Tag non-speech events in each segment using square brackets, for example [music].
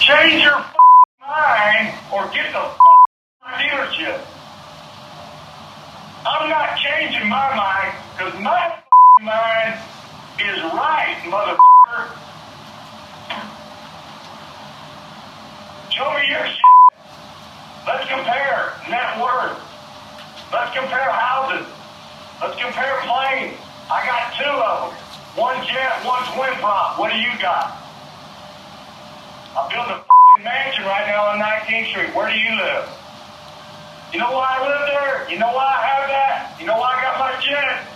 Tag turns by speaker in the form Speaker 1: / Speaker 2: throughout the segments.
Speaker 1: Change your f- mind or get the f- dealership. I'm not changing my mind because my f- mind is right, motherfucker. Show me your shit. Let's compare net worth. Let's compare houses. Let's compare planes. I got two of them. One jet, one twin prop. What do you got? I'm building a f***ing mansion right now on 19th Street. Where do you live? You know why I live there? You know why I have that? You know why I got my jet?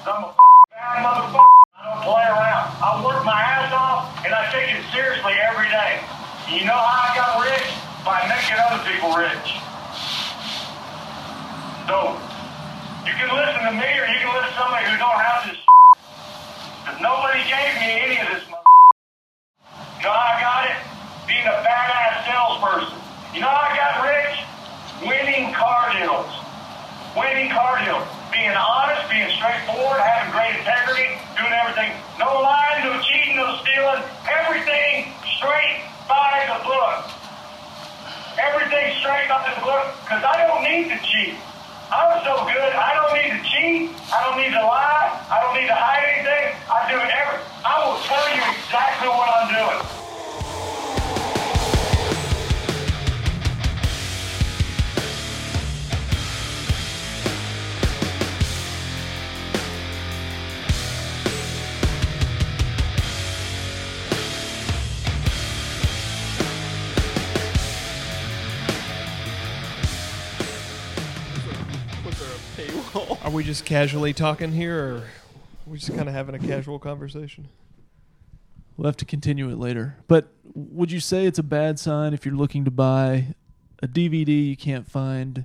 Speaker 1: 'Cause I'm a f***ing bad motherfucker. I don't play around. I work my ass off and I take it seriously every day. And you know how I got rich? By making other people rich. So, you can listen to me or you can listen to somebody who don't have this Cause nobody gave me any of this mother. You know how I got it? Being a badass salesperson. You know how I got rich? Winning car deals. Winning car deals. Being honest, being straightforward, having great integrity, doing everything. No lying, no cheating, no stealing. Everything straight by the book. Everything straight by the book. Cause I don't need to cheat. I'm so good, I don't need to cheat. I don't need to lie. I don't need to hide anything. I do every. I will tell you exactly what I'm doing.
Speaker 2: Was there a paywall?
Speaker 3: Are we just casually talking here, or we just kind of having a casual conversation?
Speaker 4: We'll have to continue it later. But would you say it's a bad sign if you're looking to buy a DVD you can't find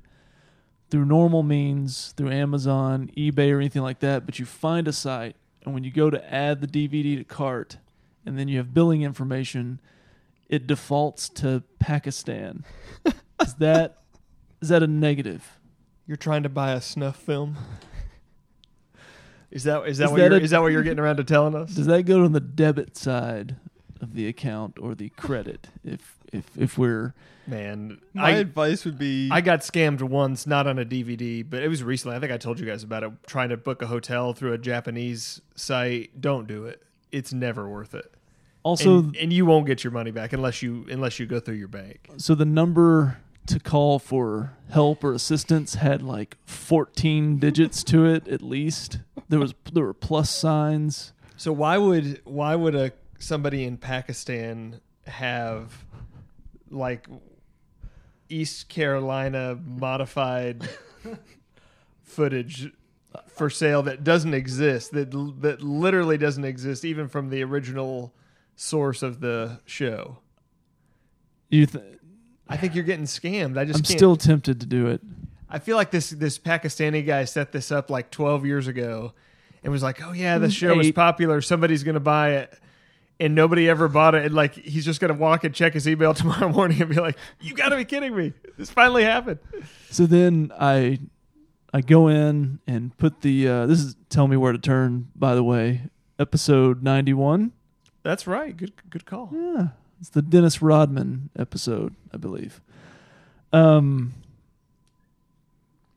Speaker 4: through normal means, through Amazon, eBay, or anything like that, but you find a site, and when you go to add the DVD to cart, and then you have billing information, it defaults to Pakistan? is that is that a negative?
Speaker 3: You're trying to buy a snuff film. Is that is that
Speaker 4: Is
Speaker 3: what
Speaker 4: that
Speaker 3: you're,
Speaker 4: a-
Speaker 3: is that what you're getting around to telling us?
Speaker 4: Does that go to the debit side of the account or the credit? If if if we're
Speaker 3: [laughs] Man,
Speaker 2: My
Speaker 3: I
Speaker 2: advice would be
Speaker 3: I got scammed once, not on a DVD, but it was recently. I think I told you guys about it. Trying to book a hotel through a Japanese site. Don't do it. It's never worth it.
Speaker 4: also
Speaker 3: And, and you won't get your money back unless you unless you go through your bank.
Speaker 4: so the number to call for help or assistance had like 14 digits to it at least there was there were plus signs
Speaker 3: So why would why would a somebody in Pakistan have like East Carolina
Speaker 4: [laughs]
Speaker 3: modified footage for sale that doesn't exist that that literally doesn't exist even from the original source of the show.
Speaker 4: you th-
Speaker 3: I think you're getting scammed. I just
Speaker 4: i'm
Speaker 3: can't.
Speaker 4: still tempted to do it
Speaker 3: I feel like this this Pakistani guy set this up like 12 years ago and was like, "Oh yeah, the show is
Speaker 4: Eight.
Speaker 3: popular. Somebody's going to buy it." And nobody ever bought it. And like he's just going to walk and check his email [laughs] tomorrow morning and be like, "You got to be kidding me. This finally happened."
Speaker 4: so then i i go in and put the uh, this is tell me where to turn by the way episode 91
Speaker 3: That's right. Good good call.
Speaker 4: Yeah, it's the Dennis Rodman episode, I believe. Um,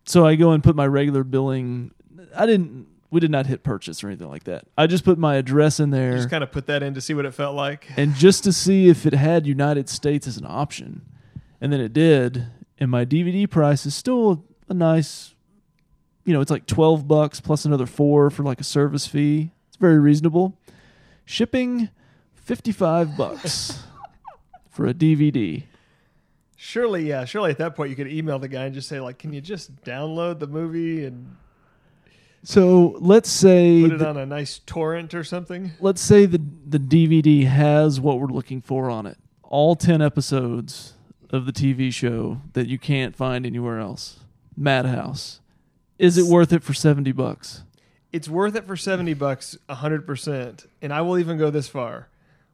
Speaker 4: so I go and put my regular billing. I didn't. We did not hit purchase or anything like that. I just put my address in there,
Speaker 3: Just kind of put that in to see what it felt like.
Speaker 4: and just to see if it had United States as an option, and then it did. And my DVD price is still a nice, you know, it's like twelve bucks plus another four for like a service fee. It's very reasonable. Shipping, fifty five [laughs] bucks for a DVD.
Speaker 3: Surely, yeah. Surely at that point you could email the guy and just say like, "Can you just download the movie and
Speaker 4: So let's say
Speaker 3: put it
Speaker 4: the-
Speaker 3: on a nice torrent or something?"
Speaker 4: let's say the the DVD has what we're looking for on it. All 10 episodes of the TV show that you can't find anywhere else. Madhouse. Is it worth it for 70 bucks?
Speaker 3: it's worth it for 70 bucks 100% and i will even go this far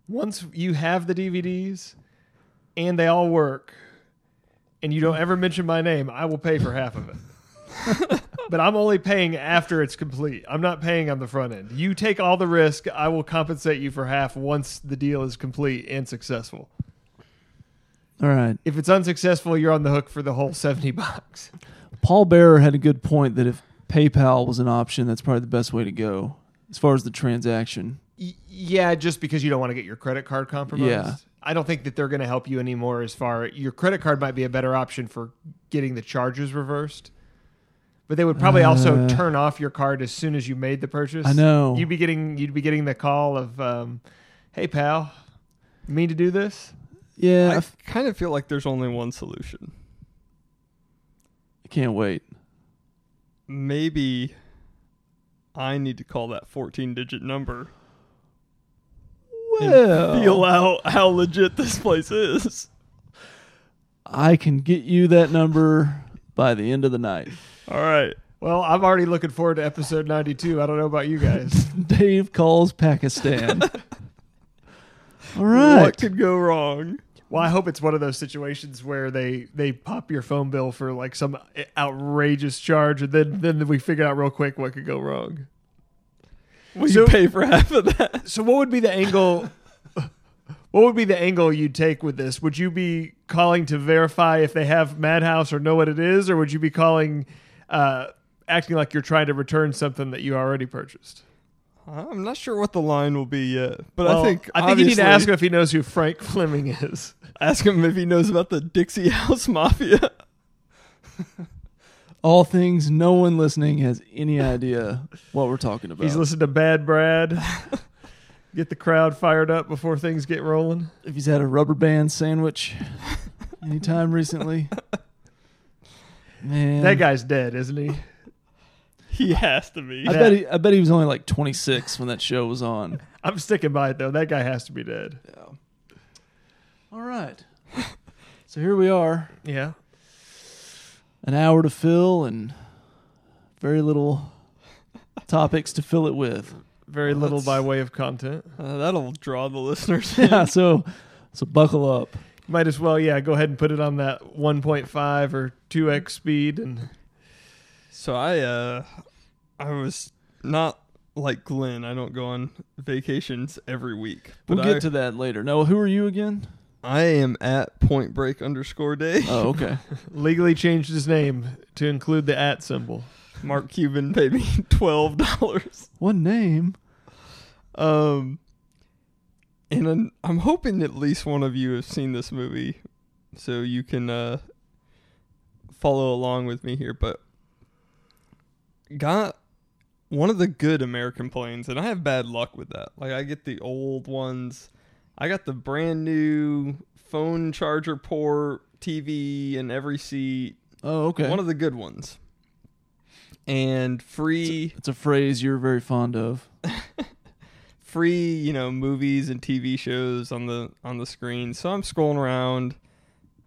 Speaker 3: once you have the dvds and they all work and you don't ever mention my name i will pay for half of it [laughs] but i'm only paying after it's complete i'm not paying on the front end you take all the risk i will compensate you for half once the deal is complete and successful
Speaker 4: All right.
Speaker 3: If it's unsuccessful, you're on the hook for the whole 70 [laughs] bucks.
Speaker 4: Paul Bearer had a good point that if PayPal was an option, that's probably the best way to go as far as the transaction.
Speaker 3: Y- yeah, just because you don't want to get your credit card compromised.
Speaker 4: Yeah.
Speaker 3: I don't think that they're going to help you anymore as far your credit card might be a better option for getting the charges reversed. But they would probably also
Speaker 4: Uh,
Speaker 3: turn off your card as soon as you made the purchase.
Speaker 4: I know.
Speaker 3: You'd be getting you'd be getting the call of um, "Hey pal, you mean to do this?"
Speaker 4: Yeah, I
Speaker 2: I
Speaker 4: f-
Speaker 2: kind of feel like there's only one solution.
Speaker 4: I can't wait.
Speaker 2: Maybe I need to call that 14 digit number and feel
Speaker 4: Well,
Speaker 2: out how legit this place is.
Speaker 4: I can get you that number by the end of the night. [laughs]
Speaker 2: All right.
Speaker 3: Well, I'm already looking forward to episode 92. I don't know about you guys.
Speaker 4: Dave calls Pakistan. [laughs] All right.
Speaker 2: What could go wrong?
Speaker 3: well, I hope it's one of those situations where they they pop your phone bill for like some outrageous charge and then then we figure out real quick what could go wrong.
Speaker 2: We
Speaker 3: So-
Speaker 2: pay for half of that.
Speaker 3: So what would be the angle [laughs] What would be the angle you'd take with this? Would you be calling to verify if they have Madhouse or know what it is, or would you be calling, uh, acting like you're trying to return something that you already purchased?
Speaker 2: [laughs] I'm not sure what the line will be yet, but I
Speaker 3: Well,
Speaker 2: think
Speaker 3: I think you need to ask
Speaker 2: obviously-
Speaker 3: him if he knows who Frank Fleming is.
Speaker 2: ask him if he knows about the Dixie [laughs] House Mafia.
Speaker 4: All things no one listening has any idea what we're talking about.
Speaker 3: He's listened to Bad Brad. [laughs] Get the crowd fired up before things get rolling.
Speaker 4: if he's had a rubber band sandwich anytime recently. Man.
Speaker 3: That guy's dead, isn't he?
Speaker 2: He has to be.
Speaker 4: I bet he I bet he was only like 26 when that show was on.
Speaker 3: I'm sticking by it though. That guy has to be dead.
Speaker 4: All right. [laughs] So here we are,
Speaker 3: Yeah.
Speaker 4: an hour to fill and very little topics to fill it with. [laughs]
Speaker 3: Very little by way of content.
Speaker 2: Uh, that'll draw the listeners.
Speaker 4: Yeah, so so buckle up.
Speaker 3: Might as well, yeah, go ahead and put it on that 1.5 or 2x speed and
Speaker 2: So I uh I was not like Glenn. I don't go on vacations every week.
Speaker 4: We'll get
Speaker 2: I,
Speaker 4: to that later. No, who are you again?
Speaker 2: I am at point break underscore day.
Speaker 4: Oh, okay.
Speaker 3: legally changed his name to include the at symbol.
Speaker 2: [laughs] Mark Cuban paid me twelve dollars.
Speaker 4: One name.
Speaker 2: Um and I'm, I'm hoping at least one of you have seen this movie so you can uh follow along with me here, but got one of the good American planes, and I have bad luck with that. Like I get the old ones. I got the brand new phone charger port, TV in every seat.
Speaker 4: Oh, okay.
Speaker 2: One of the good ones. And free
Speaker 4: it's a phrase you're very fond of.
Speaker 2: free, you know, movies and TV shows on the on the screen. So I'm scrolling around.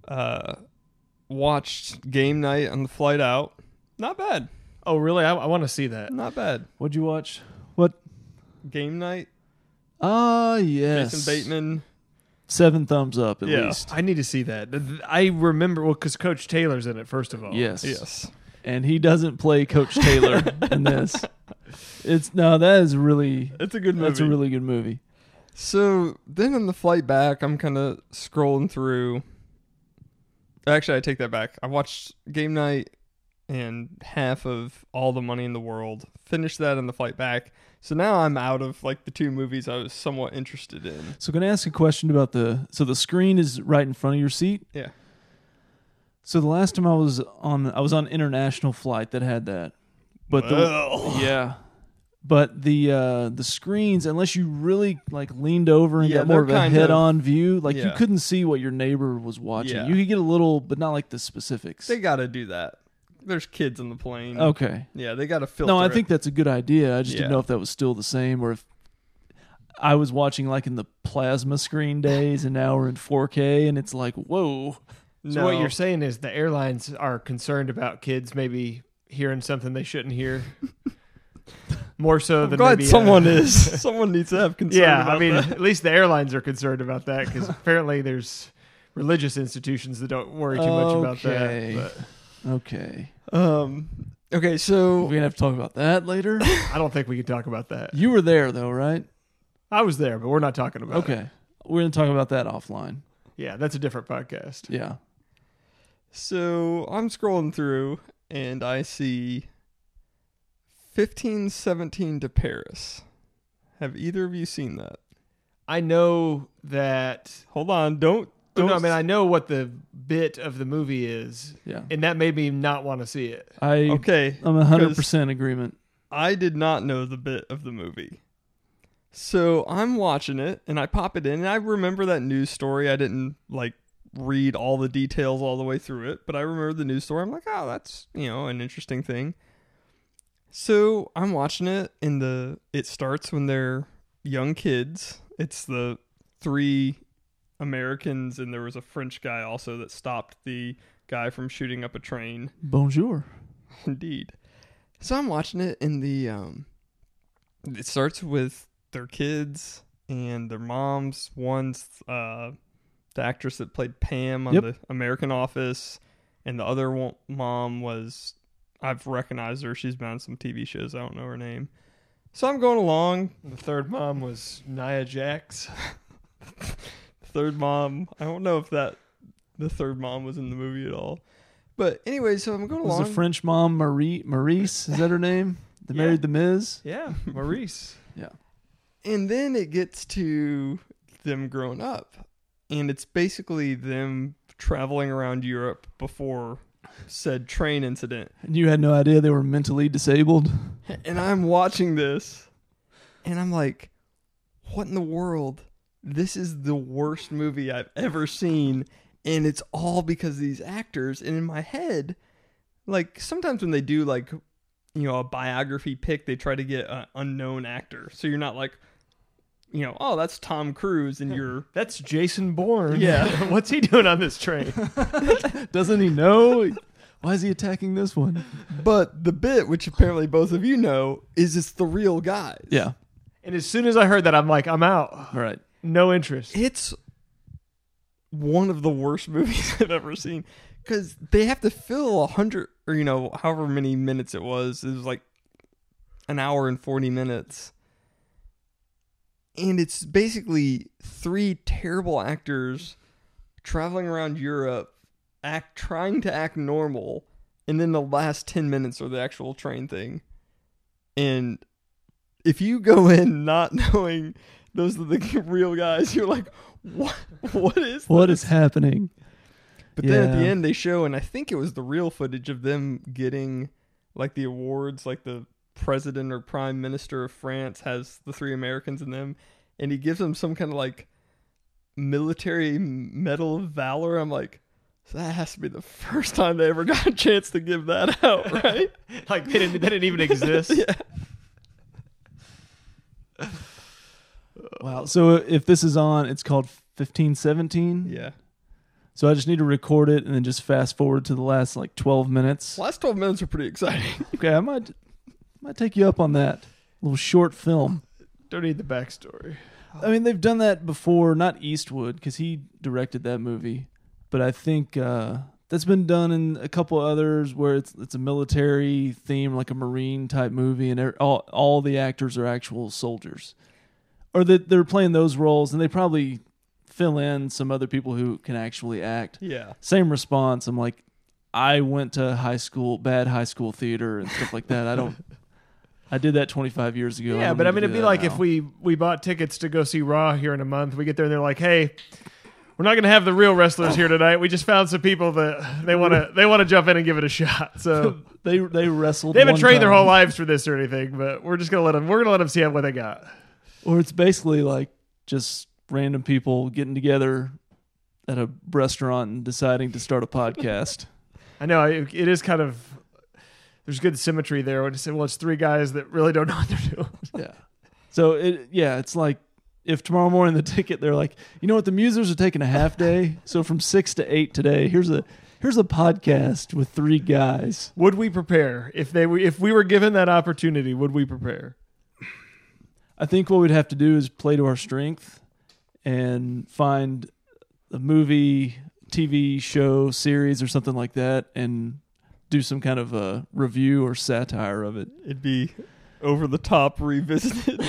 Speaker 2: Uh, watched game night on the flight out. Not bad.
Speaker 3: Oh, really? I, I want to see that.
Speaker 2: Not bad.
Speaker 4: What'd you watch? What?
Speaker 2: Game night.
Speaker 4: Ah, yes.
Speaker 2: Jason Bateman.
Speaker 4: Seven thumbs up at
Speaker 2: Yeah.
Speaker 4: least.
Speaker 3: I need to see that. Th- th- I remember, well, because Coach Taylor's in it, first of all.
Speaker 4: Yes.
Speaker 2: Oh, Yes.
Speaker 4: And he doesn't play Coach Taylor
Speaker 2: [laughs]
Speaker 4: in this. It's no, that is really
Speaker 2: It's a good movie.
Speaker 4: that's a really good movie.
Speaker 2: so then on the flight back, I'm kind of scrolling through. Actually, I take that back. I watched game night and half of all the money in the world. Finished that on the flight back. So now I'm out of like the two movies I was somewhat interested in.
Speaker 4: So gonna ask a question about the so the screen is right in front of your seat.
Speaker 2: Yeah.
Speaker 4: So the last time I was on I was on international flight that had that. But
Speaker 2: Well.
Speaker 4: the Yeah. But the uh the screens, unless you really like leaned over and
Speaker 2: Yeah,
Speaker 4: got more
Speaker 2: they're
Speaker 4: of a
Speaker 2: kind of-
Speaker 4: head on view, like you
Speaker 2: Yeah.
Speaker 4: couldn't see what your neighbor was watching.
Speaker 2: Yeah.
Speaker 4: You could get a little but not like the specifics.
Speaker 2: They got to do that. There's kids on the plane.
Speaker 3: Oh.
Speaker 4: okay.
Speaker 2: Yeah, they got to filter.
Speaker 4: No, I
Speaker 2: it.
Speaker 4: think that's a good idea. I just didn't
Speaker 2: Yeah.
Speaker 4: know if that was still the same or if I was watching like in the plasma screen days and now we're in 4K and it's like, whoa.
Speaker 3: So,
Speaker 2: no.
Speaker 3: what
Speaker 2: [laughs]
Speaker 3: you're saying is the airlines are concerned about kids maybe hearing something they shouldn't
Speaker 2: [laughs]
Speaker 3: hear. More so
Speaker 2: I'm
Speaker 3: than
Speaker 2: glad
Speaker 3: maybe, uh,
Speaker 2: someone is. [laughs] Someone needs
Speaker 3: [laughs]
Speaker 2: to have concern.
Speaker 3: Yeah,
Speaker 2: about
Speaker 3: I mean,
Speaker 2: that.
Speaker 3: at least the airlines are concerned about that because
Speaker 2: [laughs]
Speaker 3: apparently there's religious institutions that don't worry too much about
Speaker 4: Okay.
Speaker 3: that. But.
Speaker 4: Okay.
Speaker 2: Um. Okay,
Speaker 4: We're
Speaker 2: so
Speaker 4: going to have to talk about that
Speaker 2: [laughs]
Speaker 4: later.
Speaker 3: I don't think we can talk about that.
Speaker 4: you were there though, right?
Speaker 3: I was there, but we're not talking about it.
Speaker 4: Okay. We're going to talk about that offline.
Speaker 3: Yeah, that's a different podcast.
Speaker 4: Yeah.
Speaker 2: So I'm scrolling through and I see 1517 to Paris. Have either of you seen that?
Speaker 3: I know that.
Speaker 2: Hold on, don't
Speaker 3: Oh,
Speaker 2: don't
Speaker 3: no, I mean I know what the bit of the movie is,
Speaker 4: Yeah.
Speaker 3: and that made me not want to see it.
Speaker 4: I
Speaker 2: Okay.
Speaker 4: I'm 100
Speaker 2: because
Speaker 4: percent agreement.
Speaker 2: I did not know the bit of the movie. So I'm watching it and I pop it in and I remember that news story. I didn't like read all the details all the way through it, but I remember the news story. I'm like, oh, that's you know an interesting thing. So I'm watching it and the it starts when they're young kids. It's the three Americans and there was a French guy also that stopped the guy from shooting up a train.
Speaker 4: Bonjour.
Speaker 2: [laughs] Indeed. So I'm watching it in the um it starts with their kids and their moms. One's uh the actress that played Pam on
Speaker 4: Yep.
Speaker 2: the American Office and the other one, mom was I've recognized her. She's been on some TV shows. I don't know her name. So I'm going along.
Speaker 3: The third mom was Nia Jax.
Speaker 2: Third mom. I don't know if that the third mom was in the movie at all. But anyway, so I'm going
Speaker 4: Was
Speaker 2: along.
Speaker 4: the French mom Marie Maurice? Is that her name? That
Speaker 3: Yeah.
Speaker 4: married the Miz.
Speaker 3: Yeah, Maurice.
Speaker 2: and then it gets to them growing up and it's basically them traveling around europe before said train incident
Speaker 4: And you had no idea they were mentally disabled.
Speaker 2: and i'm watching this and i'm like what in the world this is the worst movie i've ever seen and it's all because of these actors and in my head like sometimes when they do like you know a biography pick they try to get an unknown actor so you're not like you know oh that's tom cruise and you're
Speaker 3: That's Jason Bourne.
Speaker 2: Yeah.
Speaker 3: [laughs] what's he doing on this
Speaker 2: [laughs]
Speaker 3: train? [laughs]
Speaker 4: Doesn't he know? Why is he attacking this one?
Speaker 2: But the bit, which apparently both of you know, is it's the real guy.
Speaker 4: Yeah.
Speaker 3: and as soon as I heard that, I'm like, I'm out.
Speaker 4: All right.
Speaker 3: No interest.
Speaker 2: It's one of the worst [laughs] movies I've ever seen because they have to fill a hundred or you know however many minutes it was. It was like an hour and forty minutes, and it's basically three terrible actors traveling around Europe, act trying to act normal, and then the last ten minutes are the actual train thing, and if you go [laughs] in not knowing those are the [laughs] real guys, you're like, what? What is?
Speaker 4: What
Speaker 2: this?
Speaker 4: is happening?
Speaker 2: But then at the
Speaker 4: Yeah.
Speaker 2: end, they show, and I think it was the real footage of them getting like the awards, like the president or prime minister of France has the three Americans in them, and he gives them some kind of like military medal of valor. I'm like, so that has to be the first time they ever got a chance to give that [laughs] out, right?
Speaker 3: Like they didn't, they didn't even exist.
Speaker 2: yeah.
Speaker 4: Wow. So if this is on, it's called 1517.
Speaker 2: Yeah.
Speaker 4: So I just need to record it and then just fast forward to the last like 12 minutes.
Speaker 2: Last 12 minutes were pretty exciting.
Speaker 4: Okay, I might might take you up on that little short film.
Speaker 3: [laughs] Don't need the backstory.
Speaker 4: I mean, they've done that before, not Eastwood because he directed that movie, but I think uh, that's been done in a couple others where it's it's a military theme, like a Marine type movie, and they're- all all the actors are actual soldiers, or that they're playing those roles, and they probably fill in some other people who can actually act
Speaker 2: [laughs] yeah.
Speaker 4: same response. I'm like, I went to high school, bad high school theater and stuff like that. I don't. I did that 25 years ago.
Speaker 3: Yeah,
Speaker 4: don't
Speaker 3: but
Speaker 4: need
Speaker 3: I
Speaker 4: to
Speaker 3: mean,
Speaker 4: do
Speaker 3: it'd be
Speaker 4: that
Speaker 3: like
Speaker 4: now.
Speaker 3: if we we bought tickets to go see Raw here in a month. We get there and they're like, "Hey, we're not going to have the real wrestlers here tonight. We just found some people that they want to they want to jump in and give it a shot." [laughs] So
Speaker 4: they they wrestled.
Speaker 3: they haven't
Speaker 4: one
Speaker 3: trained their
Speaker 4: time.
Speaker 3: whole lives for this or anything, but we're just going to let them. We're going to let them see what they got.
Speaker 4: Or it's basically like just random people getting together at a restaurant and deciding to start
Speaker 3: [laughs]
Speaker 4: a podcast.
Speaker 3: I know I- it is kind of there's good symmetry there when you say, "Well, it's three guys that really don't know what they're doing."
Speaker 4: yeah. So it yeah, it's like if tomorrow morning the ticket they're like, you know what, the musers are taking a half day, so from six to eight today, here's a here's a podcast with three guys.
Speaker 3: Would we prepare if they were, if we were given that opportunity? Would we prepare?
Speaker 4: I think what we'd have to do is play to our strength and find a movie, TV show, series, or something like that, and do some kind of a review or satire of it.
Speaker 2: It'd be over the top revisited.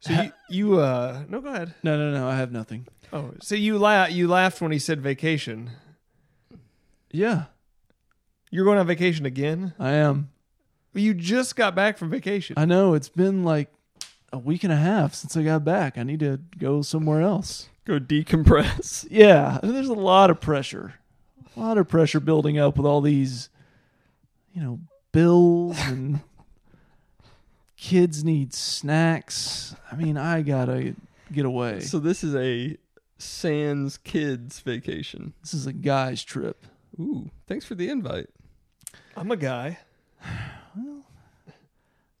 Speaker 3: So you, you uh no go ahead.
Speaker 4: No, no, no. I have nothing.
Speaker 3: Oh, so you la- you laughed when he said vacation.
Speaker 4: Yeah,
Speaker 3: You're going on vacation again?
Speaker 4: I am.
Speaker 3: You just got back from vacation.
Speaker 4: I know it's been like a week and a half since I got back. I need to go somewhere else.
Speaker 2: Go [laughs] decompress.
Speaker 4: Yeah, and there's a lot of pressure, a lot of pressure building up with all these, you know, bills and kids need snacks. I mean, I gotta get away.
Speaker 2: So this is a Sans kids vacation.
Speaker 4: This is a guy's trip.
Speaker 2: Ooh, thanks for the invite.
Speaker 3: I'm a guy.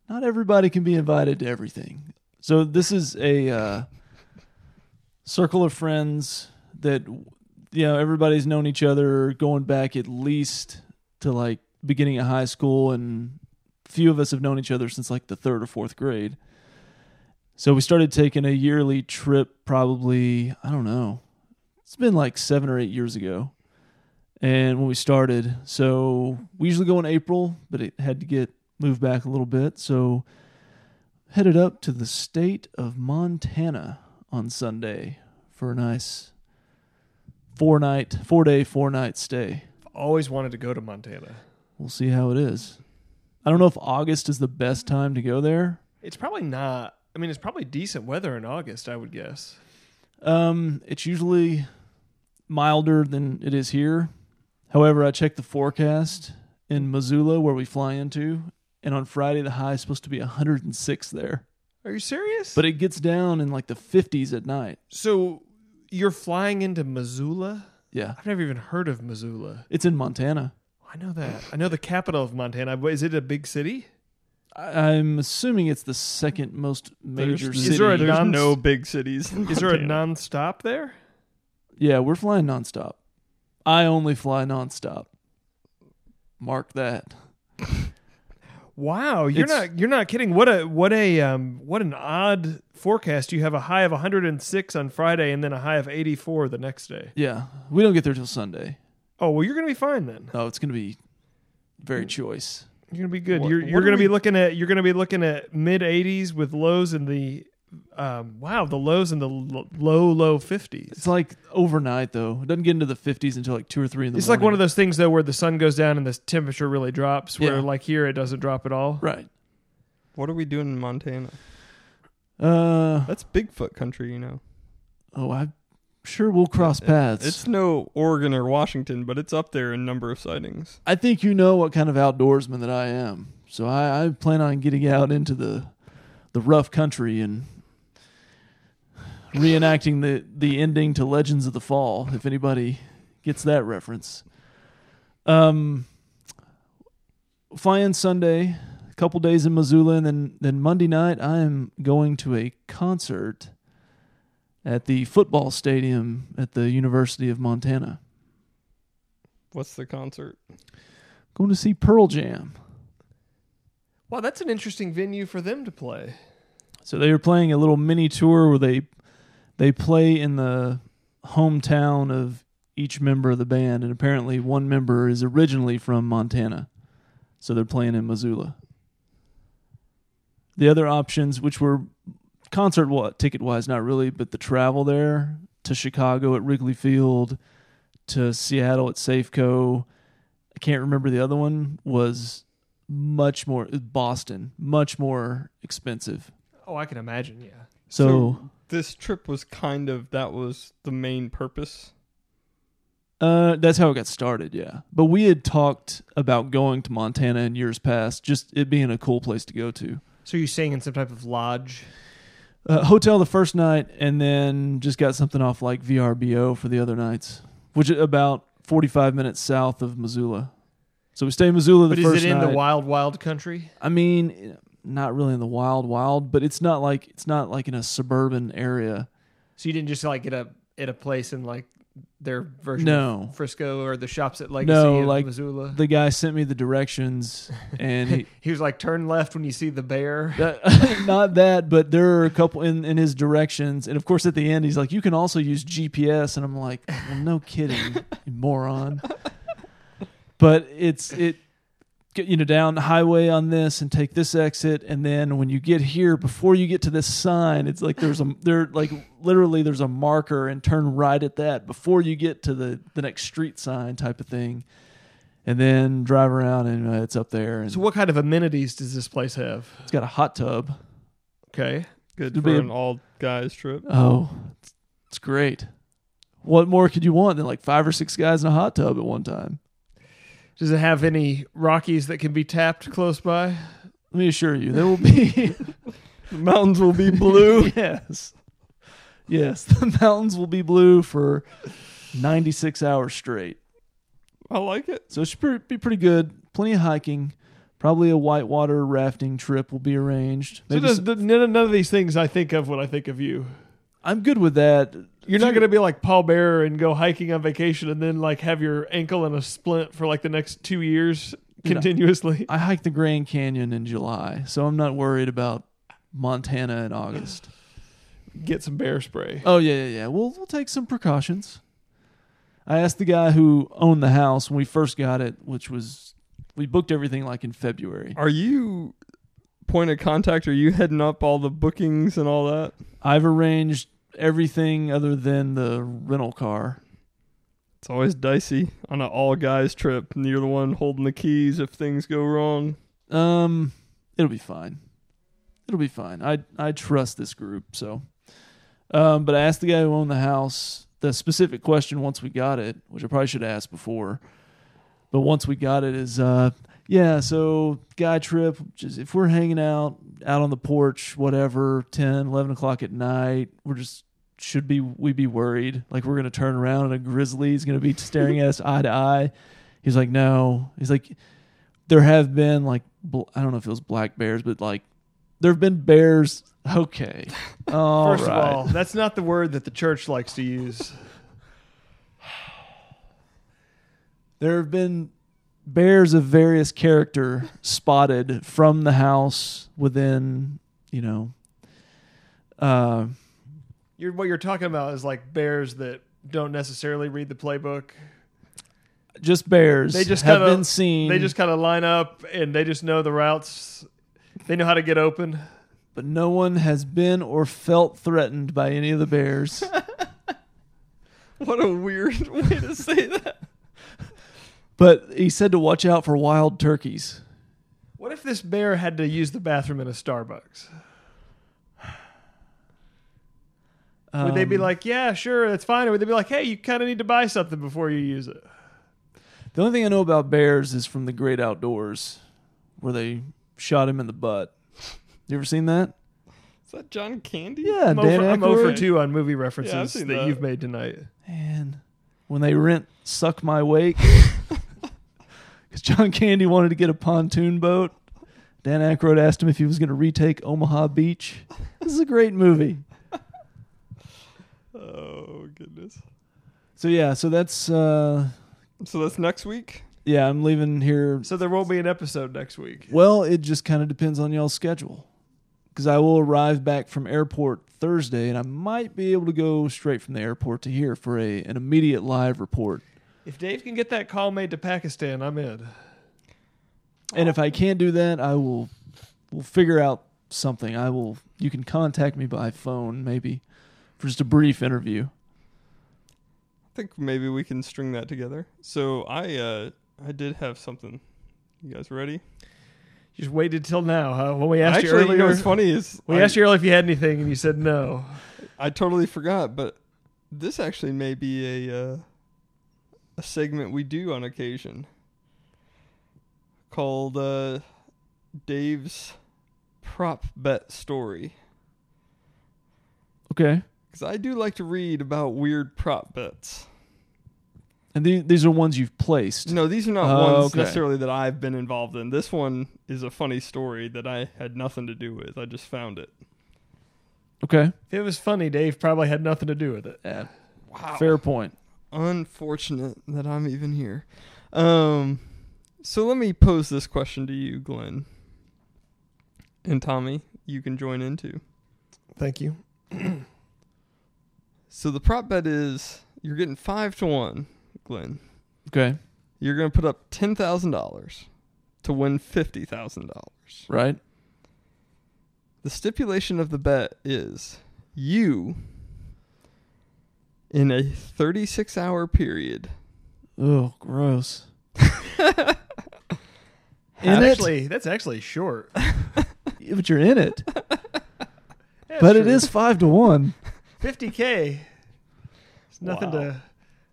Speaker 4: Not everybody can be invited to everything. So this is a uh, circle of friends that you know everybody's known each other going back at least to like beginning of high school, and few of us have known each other since like the third or fourth grade. So we started taking a yearly trip, probably I don't know. It's been like seven or eight years ago, and when we started, so we usually go in April, but it had to get moved back a little bit. So headed up to the state of Montana on Sunday for a nice four night, four day, four night stay.
Speaker 3: Always wanted to go to Montana.
Speaker 4: We'll see how it is. I don't know if August is the best time to go there.
Speaker 3: It's probably not. I mean, it's probably decent weather in August, I would guess.
Speaker 4: Um, it's usually milder than it is here. However, I checked the forecast in Missoula where we fly into, and on Friday the high is supposed to be 106 there.
Speaker 3: Are you serious?
Speaker 4: But it gets down in like the 50s at night.
Speaker 3: so you're flying into Missoula?
Speaker 4: Yeah.
Speaker 3: I've never even heard of Missoula.
Speaker 4: It's in Montana.
Speaker 3: I know that. I know the capital of Montana. But Is it a big city?
Speaker 4: I- I'm assuming it's the second most major
Speaker 2: There's-
Speaker 4: city.
Speaker 3: Is there a
Speaker 2: There's
Speaker 3: non-
Speaker 2: no big cities. [laughs] in
Speaker 3: Is there a
Speaker 2: Montana.
Speaker 3: nonstop there?
Speaker 4: yeah, we're flying nonstop. I only fly nonstop. Mark that.
Speaker 3: Wow, you're
Speaker 4: It's-
Speaker 3: not you're not kidding. What a what a um, what an odd forecast. You have a high of 106 on Friday and then a high of 84 the next day.
Speaker 4: Yeah, we don't get there till Sunday.
Speaker 3: Oh well, you're gonna be fine then.
Speaker 4: Oh, it's gonna be
Speaker 3: Hmm.
Speaker 4: very choice.
Speaker 3: You're gonna be good.
Speaker 2: What-
Speaker 3: you're
Speaker 2: what
Speaker 3: you're
Speaker 2: do
Speaker 3: gonna
Speaker 2: we-
Speaker 3: be looking at you're gonna be looking at mid 80s with lows in the um, wow the lows in the l- low low 50s.
Speaker 4: It's like overnight though. It doesn't get into the 50s until like two or three in the
Speaker 3: It's like
Speaker 4: morning.
Speaker 3: one of those things though where the sun goes down and the temperature really drops. Where
Speaker 4: Yeah.
Speaker 3: like here it doesn't drop at all.
Speaker 4: right.
Speaker 2: What are we doing in Montana?
Speaker 4: Uh
Speaker 2: That's Bigfoot country, you know.
Speaker 4: oh, I'm sure we'll cross paths.
Speaker 2: It's no Oregon or Washington, but it's up there in number of sightings.
Speaker 4: I think you know what kind of outdoorsman that I am. So I, I plan on getting out into the the rough country and reenacting the, the ending to Legends of the Fall, if anybody gets that reference. Um fly in Sunday, a couple days in Missoula, and then, then Monday night I am going to a concert at the football stadium at the University of Montana.
Speaker 2: What's the concert?
Speaker 4: Going to see Pearl Jam.
Speaker 3: Wow, that's an interesting venue for them to play.
Speaker 4: So they were playing a little mini tour where they they play in the hometown of each member of the band, and apparently one member is originally from Montana, so they're playing in Missoula. The other options, which were concert what ticket wise, not really, but the travel there to Chicago at Wrigley Field, to Seattle at Safeco. I can't remember the other one was much more Boston, much more expensive.
Speaker 3: Oh, I can imagine. Yeah.
Speaker 4: So,
Speaker 2: This trip was kind of that was the main purpose.
Speaker 4: uh, that's how it got started, yeah. But we had talked about going to Montana in years past, just it being a cool place to go to.
Speaker 3: So you're staying in some type of lodge?
Speaker 4: Uh, hotel the first night, and then just got something off like VRBO for the other nights, which is about 45 minutes south of Missoula. So we stay in Missoula the
Speaker 3: But is
Speaker 4: first
Speaker 3: it in
Speaker 4: night.
Speaker 3: the wild, wild country?
Speaker 4: I mean, not really in the wild, wild, but it's not like it's not like in a suburban area.
Speaker 3: So you didn't just like get a at a place in like their version
Speaker 4: No.
Speaker 3: of Frisco or the shops at Legacy
Speaker 4: No,
Speaker 3: of
Speaker 4: like
Speaker 3: Missoula.
Speaker 4: The guy sent me the directions,
Speaker 3: [laughs]
Speaker 4: and he,
Speaker 3: he was like turn left when you see the
Speaker 4: [laughs]
Speaker 3: bear.
Speaker 4: That- not that, but there are a couple in, in his directions. And of course, at the end, he's like, you can also use GPS. And I'm like, well, no kidding, you moron. But it's, it get you know down the highway on this and take this exit and then when you get here before you get to this sign it's like there's a there like literally there's a marker and turn right at that before you get to the the next street sign type of thing and then drive around and uh, it's up there and
Speaker 3: So, what kind of amenities does this place have?
Speaker 4: it's got a hot tub
Speaker 3: Okay.
Speaker 2: Good
Speaker 4: It'd
Speaker 2: for
Speaker 4: be a-
Speaker 2: an all guys trip.
Speaker 4: oh it's, it's great what more could you want than like five or six guys in a hot tub at one time
Speaker 3: Does it have any Rockies that can be tapped close by?
Speaker 4: let me assure you there will be
Speaker 2: The [laughs] mountains will be blue.
Speaker 4: [laughs] yes. Yes, [laughs] the mountains will be blue for 96 hours straight.
Speaker 2: [laughs] I like it.
Speaker 4: So it should pre- be pretty good. Plenty of hiking. Probably a whitewater rafting trip will be arranged.
Speaker 3: So
Speaker 4: Maybe
Speaker 3: does-
Speaker 4: some-
Speaker 3: none, none of these things I think of when I think of you.
Speaker 4: I'm good with that.
Speaker 3: You're not going to be like Paul Bearer and go hiking on vacation and then like have your ankle in a splint for like the next two years continuously. [laughs]
Speaker 4: I hiked the Grand Canyon in July, so I'm not worried about Montana in August.
Speaker 3: Get some bear spray.
Speaker 4: Oh yeah, yeah, yeah. We'll we'll take some precautions. I asked the guy who owned the house when we first got it, which was we booked everything like in February.
Speaker 2: Are you point of contact? Are you heading up all the bookings and all that?
Speaker 4: I've arranged everything other than the rental car.
Speaker 2: It's always dicey on an all guys trip, and you're the one holding the keys if things go wrong.
Speaker 4: Um, it'll be fine. It'll be fine. I I trust this group. So, um, but I asked the guy who owned the house the specific question once we got it, which I probably should have asked before. But once we got it, is uh, yeah. So guy trip, just if we're hanging out out on the porch, whatever, 10, 11 o'clock at night, we're just should be we be worried like we're gonna turn around and a grizzly's gonna be staring at us eye to eye. He's like, no. He's like, there have been like bl- I don't know if it was black bears, but like there have been bears.
Speaker 3: [laughs]
Speaker 4: Okay, All
Speaker 3: First
Speaker 4: right.
Speaker 3: of all, that's not the word that the church likes to use.
Speaker 4: there have been bears of various character spotted from the house within you know. Uh,
Speaker 3: You're, what you're talking about is like bears that don't necessarily read the playbook.
Speaker 4: just bears.
Speaker 3: They just
Speaker 4: have
Speaker 3: kinda,
Speaker 4: been seen.
Speaker 3: They just kind of line up and they just know the routes. They know how to get open.
Speaker 4: but no one has been or felt threatened by any of the bears.
Speaker 3: [laughs]
Speaker 2: What a weird way to say that.
Speaker 4: but he said to watch out for wild turkeys.
Speaker 3: What if this bear had to use the bathroom in a Starbucks? Would they be
Speaker 4: Um,
Speaker 3: like, "Yeah, sure, that's fine," or would they be like, "Hey, you kind of need to buy something before you use it"?
Speaker 4: The only thing I know about bears is from the Great Outdoors, where they shot him in the butt. You ever seen that?
Speaker 2: Is that John Candy?
Speaker 4: Yeah,
Speaker 3: I'm,
Speaker 4: Dan
Speaker 3: over, I'm over
Speaker 4: Aykroyd.
Speaker 3: two on movie references
Speaker 2: seen
Speaker 3: that,
Speaker 2: that.
Speaker 3: you've made tonight.
Speaker 4: And when they rent "Suck My [laughs] Wake," because John Candy wanted to get a pontoon boat, Dan Aykroyd asked him if he was going to retake Omaha Beach. This is a great movie.
Speaker 2: Oh goodness.
Speaker 4: So yeah, so that's uh,
Speaker 2: So that's next week.
Speaker 4: yeah. I'm leaving here.
Speaker 3: So there won't be an episode next week.
Speaker 4: Well, it just kind of depends on y'all's schedule. Because I will arrive back from airport Thursday, and I might be able to go straight from the airport to here for a an immediate live report.
Speaker 3: If Dave can get that call made to Pakistan, I'm in.
Speaker 4: And if I can't do that, I will will figure out something. I will. You can contact me by phone, maybe, for just a brief interview.
Speaker 2: I think maybe we can string that together. So I uh I did have something. You guys ready?
Speaker 3: Just waited till now, huh? When we asked
Speaker 2: Actually,
Speaker 3: you
Speaker 2: you know
Speaker 3: earlier,
Speaker 2: what's funny is
Speaker 3: we
Speaker 2: I,
Speaker 3: asked you earlier if you had anything, and you said no.
Speaker 2: I totally forgot, but this actually may be a uh, a segment we do on occasion called uh, Dave's prop bet story
Speaker 4: Okay.
Speaker 2: because I do like to read about weird prop bets.
Speaker 4: And the, these are ones you've placed.
Speaker 2: No, these are not
Speaker 4: Oh,
Speaker 2: ones
Speaker 4: okay.
Speaker 2: necessarily that I've been involved in. This one is a funny story that I had nothing to do with. I just found it.
Speaker 4: Okay.
Speaker 3: If it was funny, Dave probably had nothing to do with it.
Speaker 4: Yeah,
Speaker 2: Uh, Wow.
Speaker 4: fair point.
Speaker 2: unfortunate that I'm even here. Um, so let me pose this question to you, Glenn. And Tommy, you can join in too.
Speaker 3: Thank you.
Speaker 2: So the prop bet is you're getting five to one, Glenn.
Speaker 4: Okay.
Speaker 2: You're going to put up $10,000. to win fifty thousand dollars.
Speaker 4: right?
Speaker 2: The stipulation of the bet is you, in a 36 hour period,
Speaker 4: Oh,
Speaker 2: [laughs]
Speaker 4: gross. in it,
Speaker 3: actually, that's actually
Speaker 4: [laughs]
Speaker 3: short.
Speaker 4: Yeah, but you're in it. [laughs] but it is five to one.
Speaker 3: fifty k. It's nothing
Speaker 2: Wow.
Speaker 3: to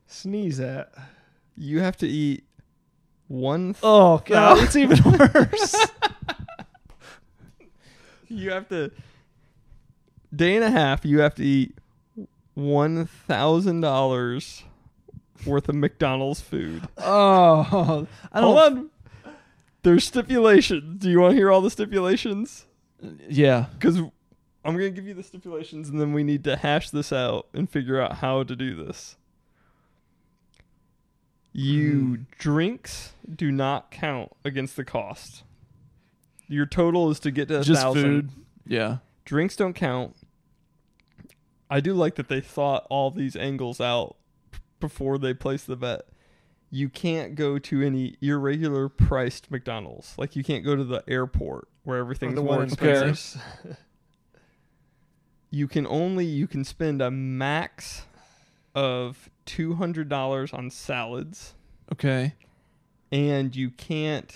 Speaker 3: sneeze at.
Speaker 2: you have to eat one. th-
Speaker 4: [laughs] Oh god, it's even [laughs] worse.
Speaker 2: you have to. Day and a half, you have to eat $1,000 worth of McDonald's food.
Speaker 4: oh, I don't.
Speaker 2: Hold on. There's stipulations. Do you want to hear all the stipulations?
Speaker 4: Yeah,
Speaker 2: Because I'm going to give you the stipulations and then we need to hash this out and figure out how to do this. You
Speaker 4: Hmm.
Speaker 2: drinks do not count against the cost. Your total is to get to a
Speaker 4: just
Speaker 2: thousand.
Speaker 4: food. Yeah,
Speaker 2: Drinks don't count. I do like that they thought all these angles out before they placed the bet. You can't go to any irregular priced McDonald's. Like you can't go to the airport where everything's
Speaker 3: the
Speaker 2: more
Speaker 3: one in
Speaker 2: expensive
Speaker 3: Paris.
Speaker 2: you can only you can spend a max of two hundred dollars on salads,
Speaker 4: okay.
Speaker 2: and you can't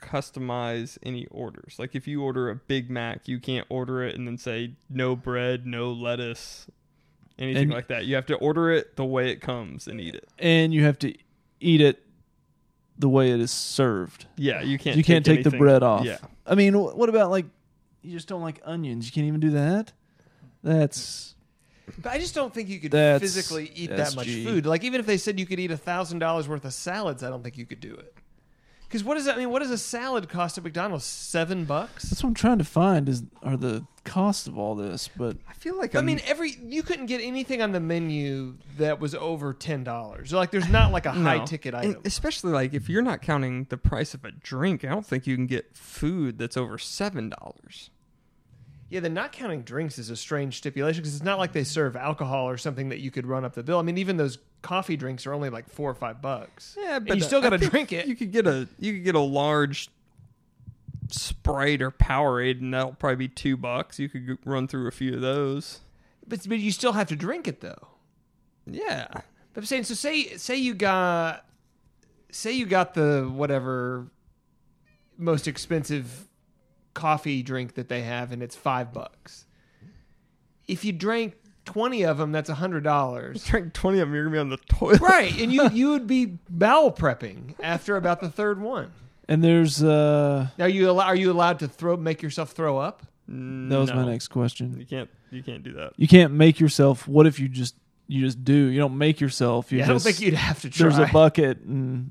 Speaker 2: customize any orders. Like if you order a Big Mac, you can't order it and then say no bread, no lettuce, anything
Speaker 4: And-
Speaker 2: like that. You have to order it the way it comes and eat it.
Speaker 4: And you have to eat it the way it is served.
Speaker 2: Yeah, you can't.
Speaker 4: you can't take, the
Speaker 2: anything-
Speaker 4: bread off.
Speaker 2: Yeah,
Speaker 4: I mean, wh- what about like you just don't like onions? You can't even do that. That's
Speaker 3: But I just don't think you could
Speaker 4: That's
Speaker 3: physically eat that much
Speaker 4: SG.
Speaker 3: food. Like even if they said you could eat a thousand dollars worth of salads, I don't think you could do it. Because what does that I mean? What does a salad cost at McDonald's? Seven bucks.
Speaker 4: that's what I'm trying to find is are the cost of all this. But
Speaker 2: I feel like
Speaker 3: I mean, every you couldn't get anything on the menu that was over ten dollars. Like there's not
Speaker 2: [laughs]
Speaker 3: like a high ticket
Speaker 2: And
Speaker 3: item.
Speaker 2: especially like if you're not counting the price of a drink, I don't think you can get food that's over seven dollars.
Speaker 3: Yeah, the not counting drinks is a strange stipulation because it's not like they serve alcohol or something that you could run up the bill. I mean, even those coffee drinks are only like four or five bucks.
Speaker 2: Yeah,
Speaker 3: And
Speaker 2: but
Speaker 3: you
Speaker 2: uh,
Speaker 3: still
Speaker 2: I
Speaker 3: got to
Speaker 2: think
Speaker 3: drink it.
Speaker 2: You could get a you could get a large Sprite or Powerade, and that'll probably be two bucks. You could g- run through a few of those.
Speaker 3: but, but you still have to drink it though.
Speaker 2: Yeah,
Speaker 3: But I'm saying, so say say you got say you got the whatever most expensive coffee drink that they have, and it's five bucks. If you drank twenty of them, that's a hundred dollars.
Speaker 2: [laughs]
Speaker 4: [laughs]
Speaker 2: drink twenty of them, you're gonna be on the toilet.
Speaker 3: Right, and you you would be bowel prepping after about the third one.
Speaker 4: and there's uh
Speaker 3: Now you allow, are you allowed to throw make yourself throw up?
Speaker 4: that was my
Speaker 2: No.
Speaker 4: next question.
Speaker 2: You can't you can't do that.
Speaker 4: You can't make yourself. What if you just you just do? You don't make yourself. You
Speaker 3: Yeah, I
Speaker 4: just,
Speaker 3: don't think you'd [laughs] have to try.
Speaker 4: There's a bucket, and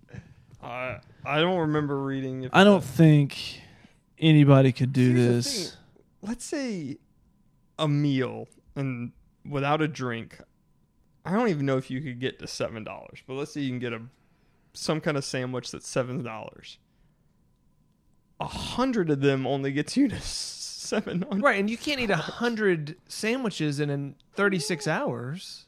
Speaker 2: I I don't remember reading. If
Speaker 4: I don't think anybody could do
Speaker 2: Here's the
Speaker 4: this.
Speaker 2: thing. Let's say a meal and without a drink. I don't even know if you could get to seven dollars, but let's say you can get a some kind of sandwich that's seven dollars. A hundred of them only gets you to seven hundred.
Speaker 3: Right, and you can't eat a hundred sandwiches in- in thirty six hours.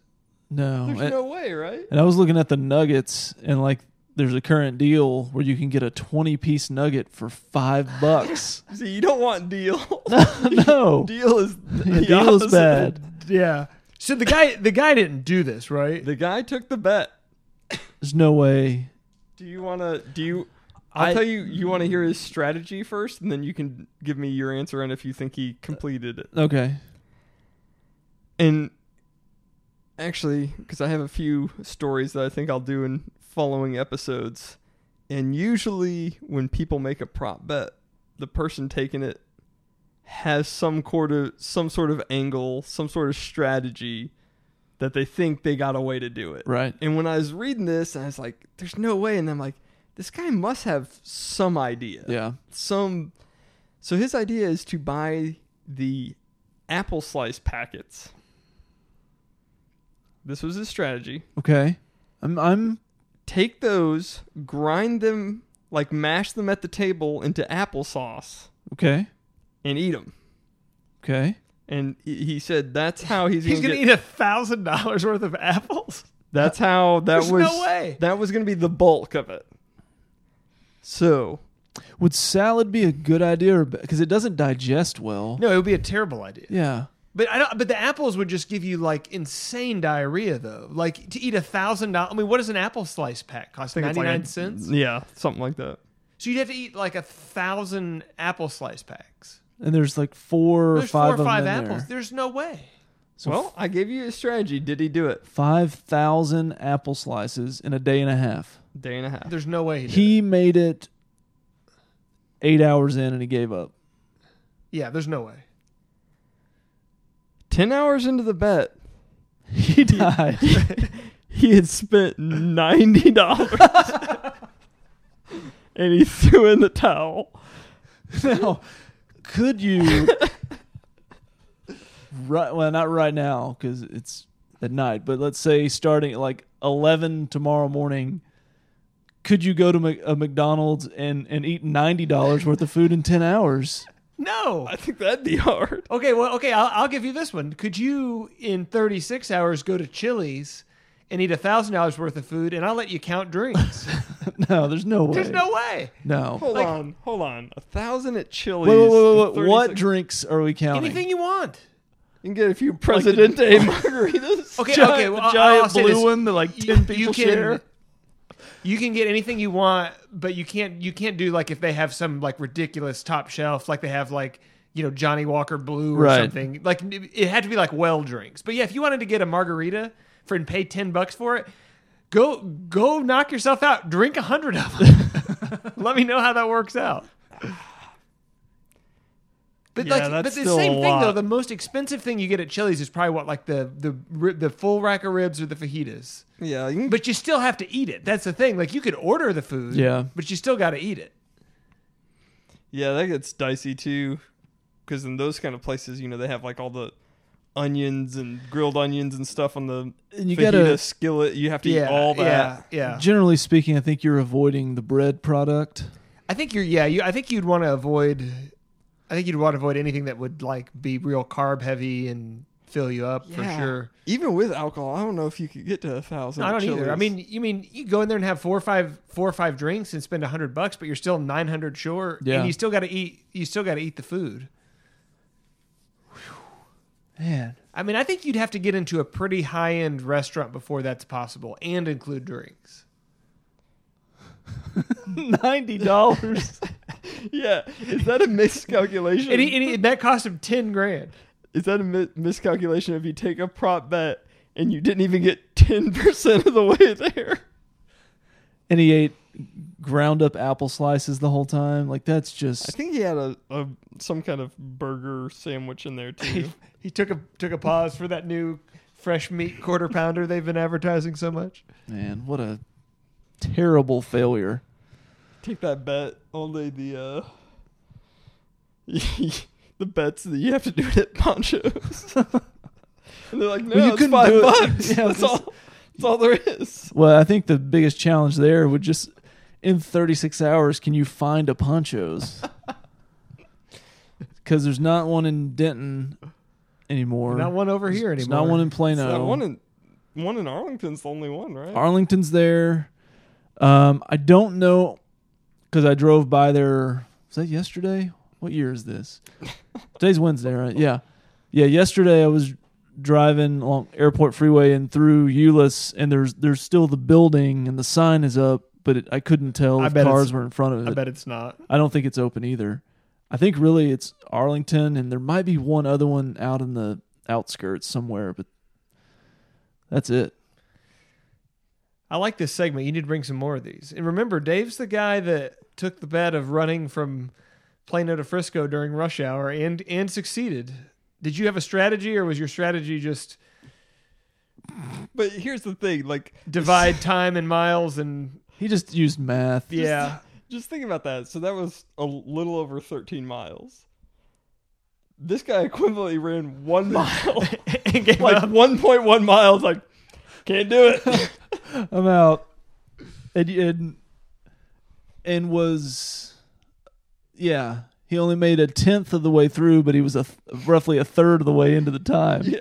Speaker 4: No,
Speaker 2: There's
Speaker 4: and-
Speaker 2: no way, right?
Speaker 4: And I was looking at the nuggets and like there's a current deal where you can get a 20 piece nugget for 5
Speaker 3: [laughs]
Speaker 4: bucks. [laughs]
Speaker 2: See, you don't want deal. [laughs]
Speaker 4: no.
Speaker 2: deal is the
Speaker 4: Yeah, deal is
Speaker 2: opposite.
Speaker 4: bad.
Speaker 3: Yeah. So the guy the guy didn't do this, right?
Speaker 2: The guy took the bet.
Speaker 4: There's no way.
Speaker 2: Do you want to? Do you? I'll
Speaker 4: I-
Speaker 2: tell you. You want to hear his strategy first, and then you can give me your answer on if you think he completed it.
Speaker 4: Okay.
Speaker 2: And actually, because I have a few stories that I think I'll do in following episodes, and usually when people make a prop bet, the person taking it has some sort of some sort of angle, some sort of strategy that they think they got a way to do it.
Speaker 4: Right.
Speaker 2: And when I was reading this, I was like, "There's no way," and I'm like, "This guy must have some idea."
Speaker 4: Yeah.
Speaker 2: some so his idea is to buy the apple slice packets this was his strategy
Speaker 4: Okay. I'm I'm
Speaker 2: take those grind them like mash them at the table into applesauce
Speaker 4: okay.
Speaker 2: and eat them
Speaker 4: Okay.
Speaker 2: and he he said that's how he's,
Speaker 3: [laughs] He's
Speaker 2: gonna,
Speaker 3: gonna
Speaker 2: get-
Speaker 3: eat a thousand dollars worth of apples. [laughs]
Speaker 2: That's how that
Speaker 3: There's
Speaker 2: was.
Speaker 3: no way.
Speaker 2: That was going to be the bulk of it. So
Speaker 4: Would salad be a good idea? or Because it doesn't digest well.
Speaker 3: No, it would be a terrible idea.
Speaker 4: Yeah.
Speaker 3: But I don't. But the apples would just give you like insane diarrhea, though. Like to eat a thousand dollars. I mean, what does an apple slice pack cost?
Speaker 2: think it's
Speaker 3: Ninety
Speaker 2: like
Speaker 3: nine
Speaker 2: a-
Speaker 3: cents.
Speaker 2: Yeah, something like that.
Speaker 3: So you'd have to eat like a thousand apple slice packs.
Speaker 4: And there's like four or
Speaker 3: There's
Speaker 4: five
Speaker 3: four or
Speaker 4: of
Speaker 3: five
Speaker 4: them in
Speaker 3: apples.
Speaker 4: there.
Speaker 3: There's no way.
Speaker 2: Well, I gave you a strategy. Did he do it?
Speaker 4: Five thousand apple slices in a day and a half.
Speaker 2: Day and a half.
Speaker 3: There's no way. He, did it.
Speaker 4: He made it eight hours in and he gave up. [laughs]
Speaker 3: yeah. There's no way.
Speaker 2: Ten hours into the bet,
Speaker 4: He died. [laughs]
Speaker 2: he had spent ninety dollars, [laughs] and he threw in the towel.
Speaker 4: now, could you? [laughs] right, well, not right now because it's at night. But let's say starting at like eleven tomorrow morning, could you go to Mc- a McDonald's and and eat ninety dollars worth of food in ten hours? [laughs]
Speaker 3: No.
Speaker 2: I think that'd be hard.
Speaker 3: Okay. Well. Okay. I'll, I'll give you this one. Could you in thirty six hours go to Chili's and eat a thousand dollars worth of food, and I'll let you count
Speaker 2: [laughs]
Speaker 3: drinks?
Speaker 4: No, there's no way.
Speaker 3: there's no way.
Speaker 4: No.
Speaker 2: Hold on, hold on. A thousand at Chili's.
Speaker 4: Wait, wait, wait, wait,
Speaker 2: in
Speaker 4: wait.
Speaker 2: 30
Speaker 4: What
Speaker 2: sec-
Speaker 4: drinks are we counting? [laughs]
Speaker 3: Anything you
Speaker 2: [laughs]
Speaker 3: want.
Speaker 2: You can get a few Presidente [laughs] margaritas.
Speaker 3: Okay,
Speaker 2: Giant-
Speaker 3: okay, well,
Speaker 2: the
Speaker 3: I'll-
Speaker 2: giant
Speaker 3: I'll say
Speaker 2: blue
Speaker 3: this.
Speaker 2: one that like
Speaker 3: You-
Speaker 2: ten people
Speaker 3: you can,
Speaker 2: share.
Speaker 3: You can get anything you want, but you can't you can't do like if they have some like ridiculous top shelf, like they have like you know Johnny Walker Blue or
Speaker 4: Right.
Speaker 3: something. Like it had to be like well drinks. But yeah, if you wanted to get a margarita for and pay ten bucks for it, go go knock yourself out. Drink a hundred of them. [laughs] Let me know how that works out. But
Speaker 2: Yeah,
Speaker 3: like, but
Speaker 2: that's
Speaker 3: the
Speaker 2: still
Speaker 3: same
Speaker 2: a
Speaker 3: thing though.
Speaker 2: lot.
Speaker 3: The most expensive thing you get at Chili's is probably what like the the ri- the full rack of ribs or the fajitas.
Speaker 2: Yeah, you can
Speaker 3: But you still have to eat it. That's the thing. Like you could order the food,
Speaker 4: Yeah.
Speaker 3: but you still got to eat it.
Speaker 2: Yeah, that gets dicey too, because in those kind of places, you know, they have like all the onions and grilled onions and stuff on the
Speaker 4: And you
Speaker 2: fajita
Speaker 4: gotta-
Speaker 2: skillet. You have to
Speaker 3: Yeah,
Speaker 2: eat all
Speaker 3: yeah,
Speaker 2: that.
Speaker 3: yeah.
Speaker 4: Generally speaking, I think you're avoiding the bread product.
Speaker 3: I think you're. Yeah, you. I think you'd want to avoid. I think you'd want to avoid anything that would like be real carb heavy and fill you up for sure.
Speaker 2: Even with alcohol, I don't know if you could get to a thousand.
Speaker 3: No, I don't
Speaker 2: Chili's.
Speaker 3: either. I mean, you mean you go in there and have four or five, four or five drinks and spend a hundred bucks, but you're still nine hundred short,
Speaker 4: Yeah.
Speaker 3: and you still got to eat. You still got to eat the food.
Speaker 4: [laughs] Man.
Speaker 3: I mean, I think you'd have to get into a pretty high end restaurant before that's possible and include drinks.
Speaker 4: Ninety dollars.
Speaker 2: [laughs] yeah, is that a miscalculation?
Speaker 3: And, e- he, and, he- and that cost him 10 grand.
Speaker 2: is that a mi- miscalculation if you take a prop bet and you didn't even get ten percent of the way there?
Speaker 4: [laughs] and he ate ground up apple slices the whole time. Like that's
Speaker 2: I
Speaker 4: just
Speaker 2: think he had a, a some kind of burger sandwich in there too.
Speaker 3: He took a took a pause for that new fresh meat quarter pounder they've been advertising so much.
Speaker 4: man, what a terrible failure.
Speaker 2: [laughs] take that bet. Only the uh, [laughs] the bets that you have to do it at Ponchos. [laughs] and they're like, no,
Speaker 4: you
Speaker 2: it's
Speaker 4: couldn't
Speaker 2: five [laughs]
Speaker 4: do it."
Speaker 2: bucks.
Speaker 4: Yeah,
Speaker 2: that's
Speaker 4: this-
Speaker 2: all. That's all there is.
Speaker 4: Well, I think the biggest challenge there would just in 36 hours can you find a
Speaker 3: [laughs]
Speaker 4: Ponchos? Cuz there's not one in Denton anymore.
Speaker 3: Not one over here
Speaker 4: There's
Speaker 3: anymore.
Speaker 4: not one in
Speaker 2: So
Speaker 4: Plano.
Speaker 2: that one in one in Arlington's the only one, right?
Speaker 4: Arlington's there. Um, I don't know because I drove by there. Was that yesterday? What year is this? Today's Wednesday, right? Yeah, yeah. Yesterday I was driving along Airport Freeway and through Euless, and there's there's still the building and the sign is up, but it, I couldn't tell
Speaker 3: I
Speaker 4: if
Speaker 3: bet it's-
Speaker 4: cars were in front of it.
Speaker 3: I bet it's not.
Speaker 4: I don't think it's open either. I think really it's Arlington, and there might be one other one out in the outskirts somewhere, but that's it.
Speaker 3: I like this segment. You need to bring some more of these. And remember, Dave's the guy that took the bet of running from Plano to Frisco during rush hour and and succeeded. Did you have a strategy, or was your strategy just
Speaker 2: But here's the thing, like
Speaker 3: divide [laughs] time and miles? And
Speaker 4: He just used math.
Speaker 3: [laughs] yeah,
Speaker 2: Just think about that. So that was a little over 13 miles. This guy equivalently
Speaker 3: [laughs]
Speaker 2: ran one mile,
Speaker 3: and gave
Speaker 2: like
Speaker 3: up.
Speaker 2: 1.1 miles. Like, can't do it. [laughs]
Speaker 4: I'm out. And and, and was yeah. He only made a tenth of the way through, but he was a roughly a third of the way into the time.
Speaker 2: yeah.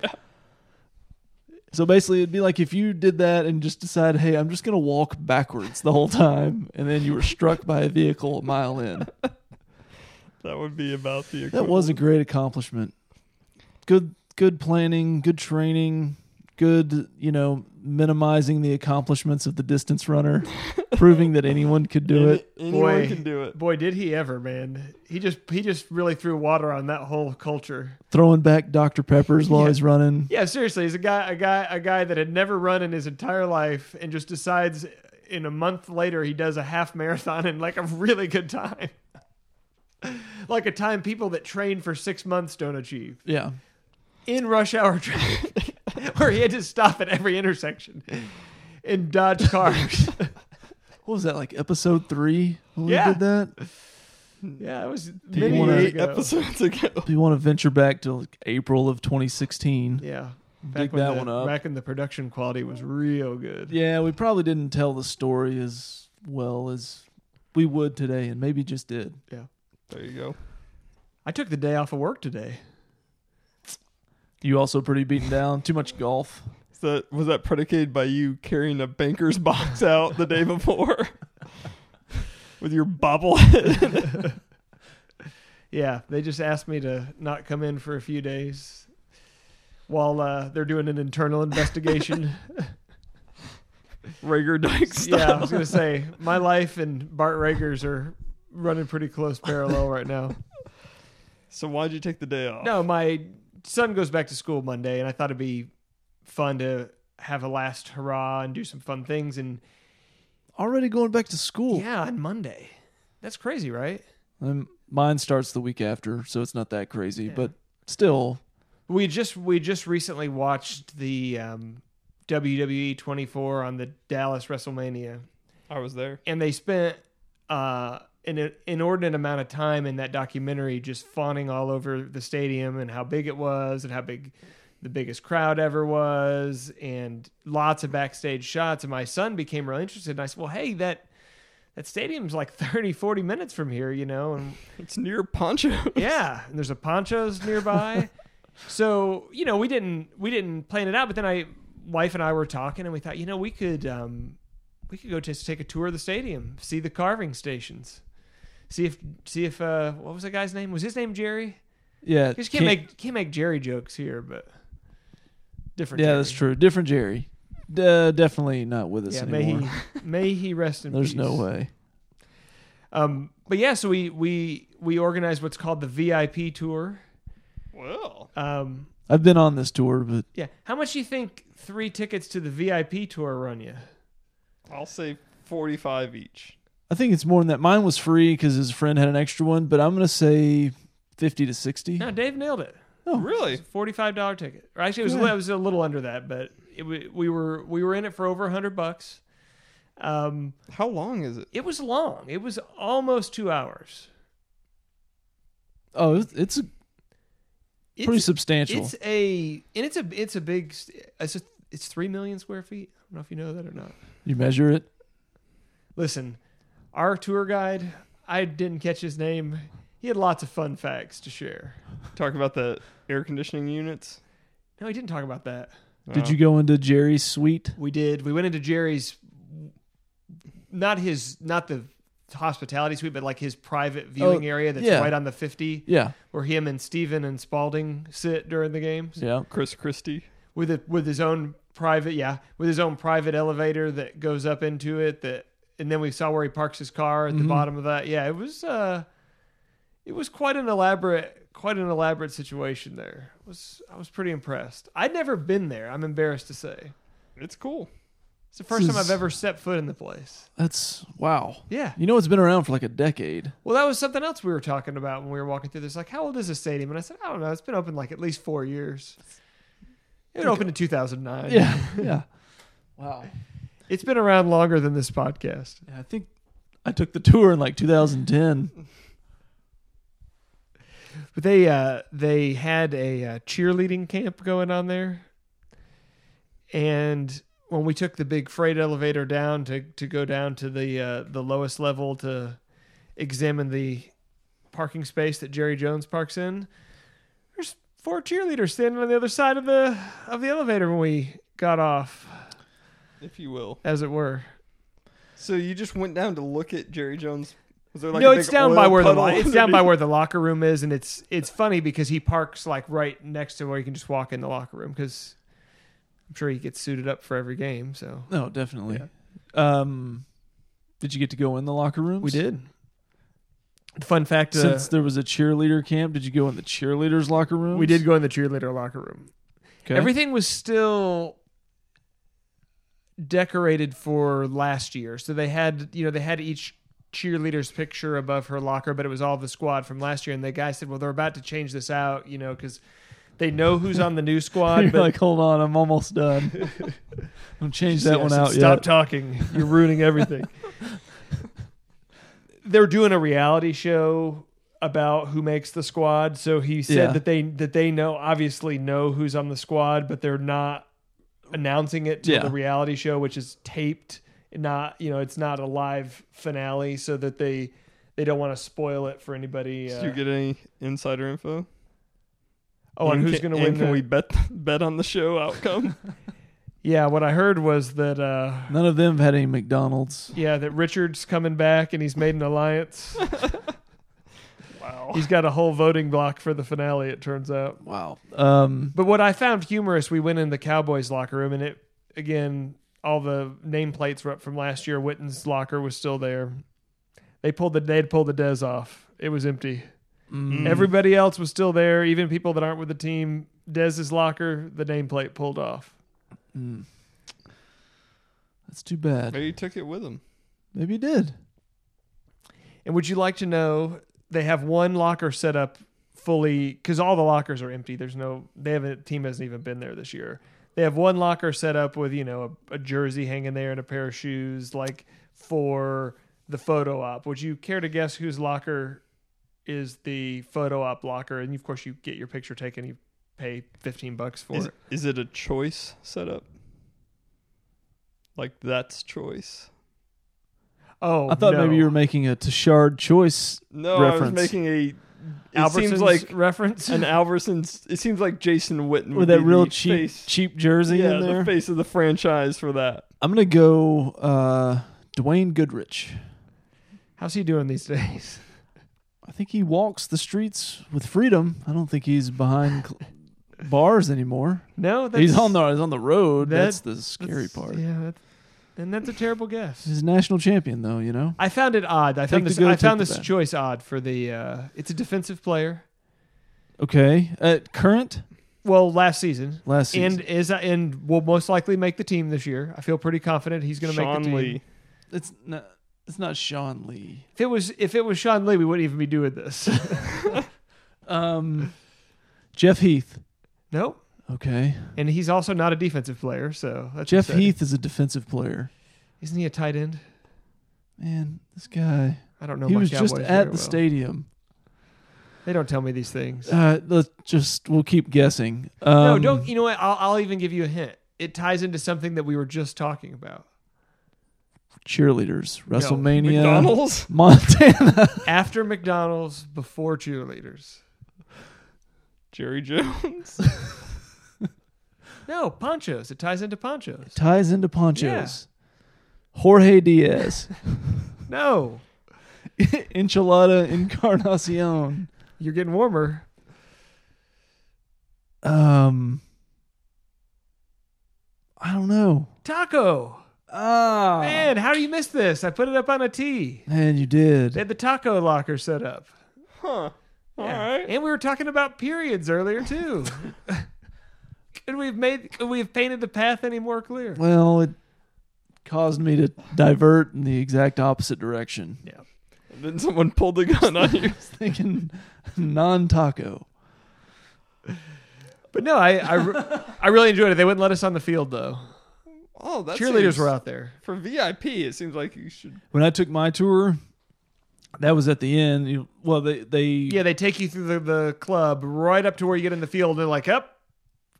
Speaker 4: So basically, it'd be like if you did that and just decided, hey, I'm just going to walk backwards the whole time, and then you were struck by a vehicle a mile in.
Speaker 2: That would be about the.
Speaker 4: That was a great accomplishment. Good, good planning, good training, good, you know, minimizing the accomplishments of the
Speaker 3: [laughs]
Speaker 4: distance runner, proving that anyone could do it.
Speaker 2: Anyone
Speaker 3: Boy.
Speaker 2: can do it.
Speaker 3: Boy, did he ever, man! He just he just really threw water on that whole culture.
Speaker 4: Throwing back Dr. Peppers while he's running.
Speaker 3: Yeah, seriously, he's a guy, a guy, a guy that had never run in his entire life, and just decides in a month later he does a half marathon in like a really good time, [laughs] like a time people that train for six months don't achieve
Speaker 4: Yeah.
Speaker 3: in rush hour [laughs] traffic, where he had to stop at every intersection and dodge cars.
Speaker 4: What was that like? Episode three? When
Speaker 3: Yeah.
Speaker 4: we did that.
Speaker 3: yeah, it was
Speaker 4: you
Speaker 3: many
Speaker 4: wanna-
Speaker 3: years
Speaker 2: Eight
Speaker 3: ago.
Speaker 2: episodes ago.
Speaker 4: If you want to venture back to like April of 2016,
Speaker 3: Yeah,
Speaker 4: Dig
Speaker 3: when
Speaker 4: that
Speaker 3: the-
Speaker 4: one up.
Speaker 3: Back when the production quality was real good.
Speaker 4: Yeah, we probably didn't tell the story as well as we would today, and maybe just did.
Speaker 2: There you go.
Speaker 3: I took the day off of work today.
Speaker 4: You also pretty beaten down. Too much golf.
Speaker 2: Is that was that predicated by you carrying a banker's box out the day before [laughs] with
Speaker 3: [laughs]
Speaker 2: your bobblehead?
Speaker 3: Yeah, they just asked me to not come in for a few days while uh, they're doing an internal investigation.
Speaker 2: Rager Dyke style.
Speaker 3: yeah, I was gonna say my life and Bart Rager's are running pretty close parallel right now.
Speaker 2: So why'd you take the day off?
Speaker 3: No, my son goes back to school Monday, and I thought it'd be fun to have a last hurrah and do some fun things. And
Speaker 4: Already going back to school.
Speaker 3: yeah, on Monday, that's crazy, right?
Speaker 4: Um, mine starts the week after, so it's not that crazy,
Speaker 3: Yeah.
Speaker 4: but still,
Speaker 3: We just we just recently watched the um, WWE 24 on the Dallas WrestleMania.
Speaker 2: I was there.
Speaker 3: and they spent uh, an inordinate amount of time in that documentary just fawning all over the stadium and how big it was and how big the biggest crowd ever was and lots of backstage shots and my son became real interested and i said well hey that that stadium's like 30 40 minutes from here you know and
Speaker 2: It's near Poncho.
Speaker 3: yeah, and there's a ponchos
Speaker 4: [laughs]
Speaker 3: nearby. so you know, we didn't we didn't plan it out, but then I wife and I were talking, and we thought, you know, we could um, we could go just take a tour of the stadium, see the carving stations, see if see if uh, what was that guy's name? Was his name Jerry?
Speaker 4: yeah.
Speaker 3: Because can't, make can't make Jerry jokes here, but different.
Speaker 4: Yeah,
Speaker 3: Jerry.
Speaker 4: that's true. Different Jerry. De- definitely not with us
Speaker 3: Yeah, may
Speaker 4: anymore.
Speaker 3: he [laughs] may he rest in
Speaker 4: There's
Speaker 3: peace.
Speaker 4: no way.
Speaker 3: Um, but yeah, so we we we organized what's called the VIP tour.
Speaker 2: [laughs] Well,
Speaker 3: Um,
Speaker 4: I've been on this tour, but
Speaker 3: Yeah. How much do you think three tickets to the VIP tour run you?
Speaker 2: I'll say 45 each.
Speaker 4: I think it's more than that. Mine was free because his friend had an extra one, but I'm going to say 50 to 60.
Speaker 3: No, Dave nailed it.
Speaker 2: Oh. Really?
Speaker 3: Forty-five dollar ticket. Or actually, it was,
Speaker 4: Good.
Speaker 3: it was a little under that, but it, wa- we were we were in it for over a hundred bucks. Um,
Speaker 2: How long is it?
Speaker 3: it was long. It was almost two hours.
Speaker 4: Oh, it's, it's
Speaker 3: It's,
Speaker 4: pretty substantial.
Speaker 3: It's a and it's a it's a big. st- It's a, it's three million square feet. I don't know if you know that or not.
Speaker 4: You measure it.
Speaker 3: Listen, our tour guide. I didn't catch his name. He had lots of fun facts to share.
Speaker 2: Talk about the air conditioning units.
Speaker 3: No, he didn't talk about that.
Speaker 4: Did you go into Jerry's suite?
Speaker 3: We did. We went into Jerry's, not his, not the hospitality suite, but like his private viewing
Speaker 4: Oh,
Speaker 3: area that's
Speaker 4: yeah.
Speaker 3: right on the 50,
Speaker 4: Yeah,
Speaker 3: where him and Steven and Spalding sit during the games
Speaker 4: yeah.
Speaker 2: Chris Christie.
Speaker 3: with a, with his own private, yeah, with his own private elevator that goes up into it. That and then we saw where he parks his car at the bottom of that. Yeah, it was uh, it was quite an elaborate, quite an elaborate situation there. It was I was pretty impressed. I'd never been there. I'm embarrassed to say.
Speaker 2: It's cool.
Speaker 3: It's the first
Speaker 4: This
Speaker 3: time I've
Speaker 4: is-
Speaker 3: ever stepped foot in the place.
Speaker 4: That's wow.
Speaker 3: Yeah.
Speaker 4: You know, it's been around for like a
Speaker 3: [laughs]
Speaker 4: decade.
Speaker 3: Well, that was something else we were talking about when we were walking through this. Like, how old is this stadium? And I said, I don't know. It's been open like at least four years. It opened in 2009.
Speaker 4: Yeah, yeah. Wow.
Speaker 3: It's been around longer than this podcast.
Speaker 4: Yeah, I think I took the tour in like 2010.
Speaker 3: But they uh, they had a uh, cheerleading camp going on there, and when we took the big freight elevator down to to go down to the uh, the lowest level to examine the parking space that Jerry Jones parks in, there's four cheerleaders standing on the other side of the of the elevator when we got off,
Speaker 2: if you will.
Speaker 3: as it were.
Speaker 2: So you just went down to look at Jerry Jones. Was there like
Speaker 3: no,
Speaker 2: a
Speaker 3: it's
Speaker 2: big
Speaker 3: down
Speaker 2: oil
Speaker 3: by where the
Speaker 2: puddle
Speaker 3: lo-
Speaker 2: [laughs]
Speaker 3: it's down by
Speaker 2: underneath?
Speaker 3: where the locker room is, and it's it's funny because he parks like right next to where you can just walk in the locker room because I'm sure he gets suited up for every game. So
Speaker 4: No, definitely. Um, did you get to go in the locker rooms?
Speaker 3: we did. Fun fact: uh,
Speaker 4: Since there was a cheerleader camp, did you go in the cheerleaders' locker room?
Speaker 3: we did go in the cheerleader locker room.
Speaker 4: Okay.
Speaker 3: Everything was still decorated for last year. So they had, you know, they had each cheerleader's picture above her locker, but it was all the squad from last year. And the guy said, well, they're about to change this out, you know, because they know who's on the new
Speaker 4: [laughs] You're
Speaker 3: squad. but
Speaker 4: like, hold on, I'm
Speaker 3: [laughs]
Speaker 4: almost done. I'm change that
Speaker 3: Yeah, I
Speaker 4: one
Speaker 3: said,
Speaker 4: out
Speaker 3: Stop
Speaker 4: yet.
Speaker 3: talking. You're ruining
Speaker 4: [laughs]
Speaker 3: everything. They're doing a reality show about who makes the squad. So he said
Speaker 4: Yeah.
Speaker 3: that they that they know obviously know who's on the squad, but they're not announcing it to
Speaker 4: Yeah.
Speaker 3: the reality show, which is taped. Not you know, it's not a live finale, so that they they don't want to spoil it for anybody. Uh,
Speaker 2: Did you get any insider info?
Speaker 3: oh, and,
Speaker 2: And
Speaker 3: who's
Speaker 2: can-
Speaker 3: going to
Speaker 2: and
Speaker 3: win?
Speaker 2: Can
Speaker 3: the-
Speaker 2: we bet [laughs] bet on the show [laughs] outcome?
Speaker 3: yeah, what I heard was that uh,
Speaker 4: None of them had any McDonald's.
Speaker 3: Yeah, that Richard's coming back and he's made an alliance.
Speaker 2: wow.
Speaker 3: he's got a whole voting block for the finale, it turns out.
Speaker 4: Wow. Um,
Speaker 3: But what I found humorous, we went in the Cowboys locker room and it again, all the nameplates were up from last year. Witten's locker was still there. They pulled the they had pulled the Dez off. It was empty.
Speaker 4: mm,
Speaker 3: Everybody else was still there, even people that aren't with the team. Dez's locker, the nameplate pulled off.
Speaker 4: mm. That's too bad.
Speaker 2: Maybe he took it with him.
Speaker 4: Maybe you did.
Speaker 3: And would you like to know they have one locker set up fully because all the lockers are empty. There's no they haven't team hasn't even been there this year. They have one locker set up with you know a, a jersey hanging there and a pair of shoes like for the photo op. Would you care to guess whose locker is the photo op locker? And of course you get your picture taken. You pay fifteen bucks for
Speaker 2: Is,
Speaker 3: it.
Speaker 2: is it a choice setup? Like that's choice.
Speaker 3: Oh,
Speaker 4: I thought
Speaker 3: no.
Speaker 4: maybe you were making a Tashard choice.
Speaker 2: No, I was
Speaker 4: Reference.
Speaker 2: making a. It
Speaker 3: Albertsons
Speaker 4: [laughs]
Speaker 2: seems like
Speaker 3: reference.
Speaker 2: an Alverson's. It seems like Jason Witten
Speaker 4: With
Speaker 2: would
Speaker 4: that
Speaker 2: be
Speaker 4: real
Speaker 2: the
Speaker 4: cheap
Speaker 2: face-
Speaker 4: cheap jersey
Speaker 2: yeah,
Speaker 4: in there,
Speaker 2: the face of the franchise for that.
Speaker 4: I'm gonna go uh, Dwayne Goodrich.
Speaker 3: [laughs] How's he doing these days? [laughs]
Speaker 4: I think he walks the streets with freedom. I don't think he's
Speaker 3: [laughs]
Speaker 4: behind cl- bars anymore.
Speaker 3: No, that's,
Speaker 4: he's on the he's on the road.
Speaker 3: that-
Speaker 4: that's the scary
Speaker 3: that's-
Speaker 4: part.
Speaker 3: Yeah, that's, and that's a terrible guess.
Speaker 4: He's a national champion, though. You know.
Speaker 3: I found it odd. I
Speaker 4: Take
Speaker 3: found
Speaker 4: the
Speaker 3: this.
Speaker 4: good,
Speaker 3: I
Speaker 4: take
Speaker 3: found
Speaker 4: the
Speaker 3: this
Speaker 4: bad.
Speaker 3: choice odd for the. Uh, it's a defensive player.
Speaker 4: Okay. Uh, current
Speaker 3: Well, last season,
Speaker 4: last
Speaker 3: and
Speaker 4: season.
Speaker 3: is and will most likely make the team this year. I feel pretty confident he's going to make
Speaker 2: Sean
Speaker 3: the team.
Speaker 2: Lee.
Speaker 4: it's not. It's not Sean Lee.
Speaker 3: If it was if it was Sean Lee, we wouldn't even be doing this. [laughs]
Speaker 4: Um, Jeff Heath.
Speaker 3: nope.
Speaker 4: Okay.
Speaker 3: And he's also not a defensive player, so that's
Speaker 4: Jeff
Speaker 3: exciting.
Speaker 4: Heath is a defensive player.
Speaker 3: Isn't he a tight end?
Speaker 4: Man, this guy.
Speaker 3: I don't know.
Speaker 4: he
Speaker 3: my
Speaker 4: was just
Speaker 3: Cowboys
Speaker 4: at
Speaker 3: very
Speaker 4: the
Speaker 3: well.
Speaker 4: stadium.
Speaker 3: They don't tell me these things.
Speaker 4: Uh, let's just we'll keep guessing. Um,
Speaker 3: no, don't. e- You know what? I'll, I'll even give you a hint. It ties into something that we were just talking about.
Speaker 4: cheerleaders. WrestleMania. [laughs]
Speaker 2: McDonald's. [laughs]
Speaker 4: Montana.
Speaker 3: After McDonald's, before cheerleaders.
Speaker 2: Jerry Jones.
Speaker 3: No, ponchos. It ties into ponchos.
Speaker 4: Ties into ponchos. Jorge Diaz. [laughs]
Speaker 3: No,
Speaker 4: Enchilada Encarnacion.
Speaker 3: you're getting warmer.
Speaker 4: Um, I don't know.
Speaker 3: Taco.
Speaker 4: Ah,
Speaker 3: Man, how do you miss this? I put it up on a tee.
Speaker 4: Man, you did.
Speaker 3: They had the taco locker set up.
Speaker 2: Huh. All
Speaker 3: Yeah.
Speaker 2: right.
Speaker 3: And we were talking about periods earlier too. [laughs] could we've made could we've painted the path any more clear?
Speaker 4: well, it caused me to divert in the exact opposite direction, [laughs]
Speaker 3: Yeah.
Speaker 2: And then someone pulled the gun on you.
Speaker 4: thinking non-taco.
Speaker 3: But no, I I, re- I really enjoyed it. They wouldn't let us on the field though.
Speaker 2: Oh, that's
Speaker 3: Cheerleaders were out there.
Speaker 2: for VIP. It seems like you should.
Speaker 4: When I took my tour, that was at the end. You- Well, they they
Speaker 3: Yeah, they take you through the, the club right up to where you get in the field. They're like, up,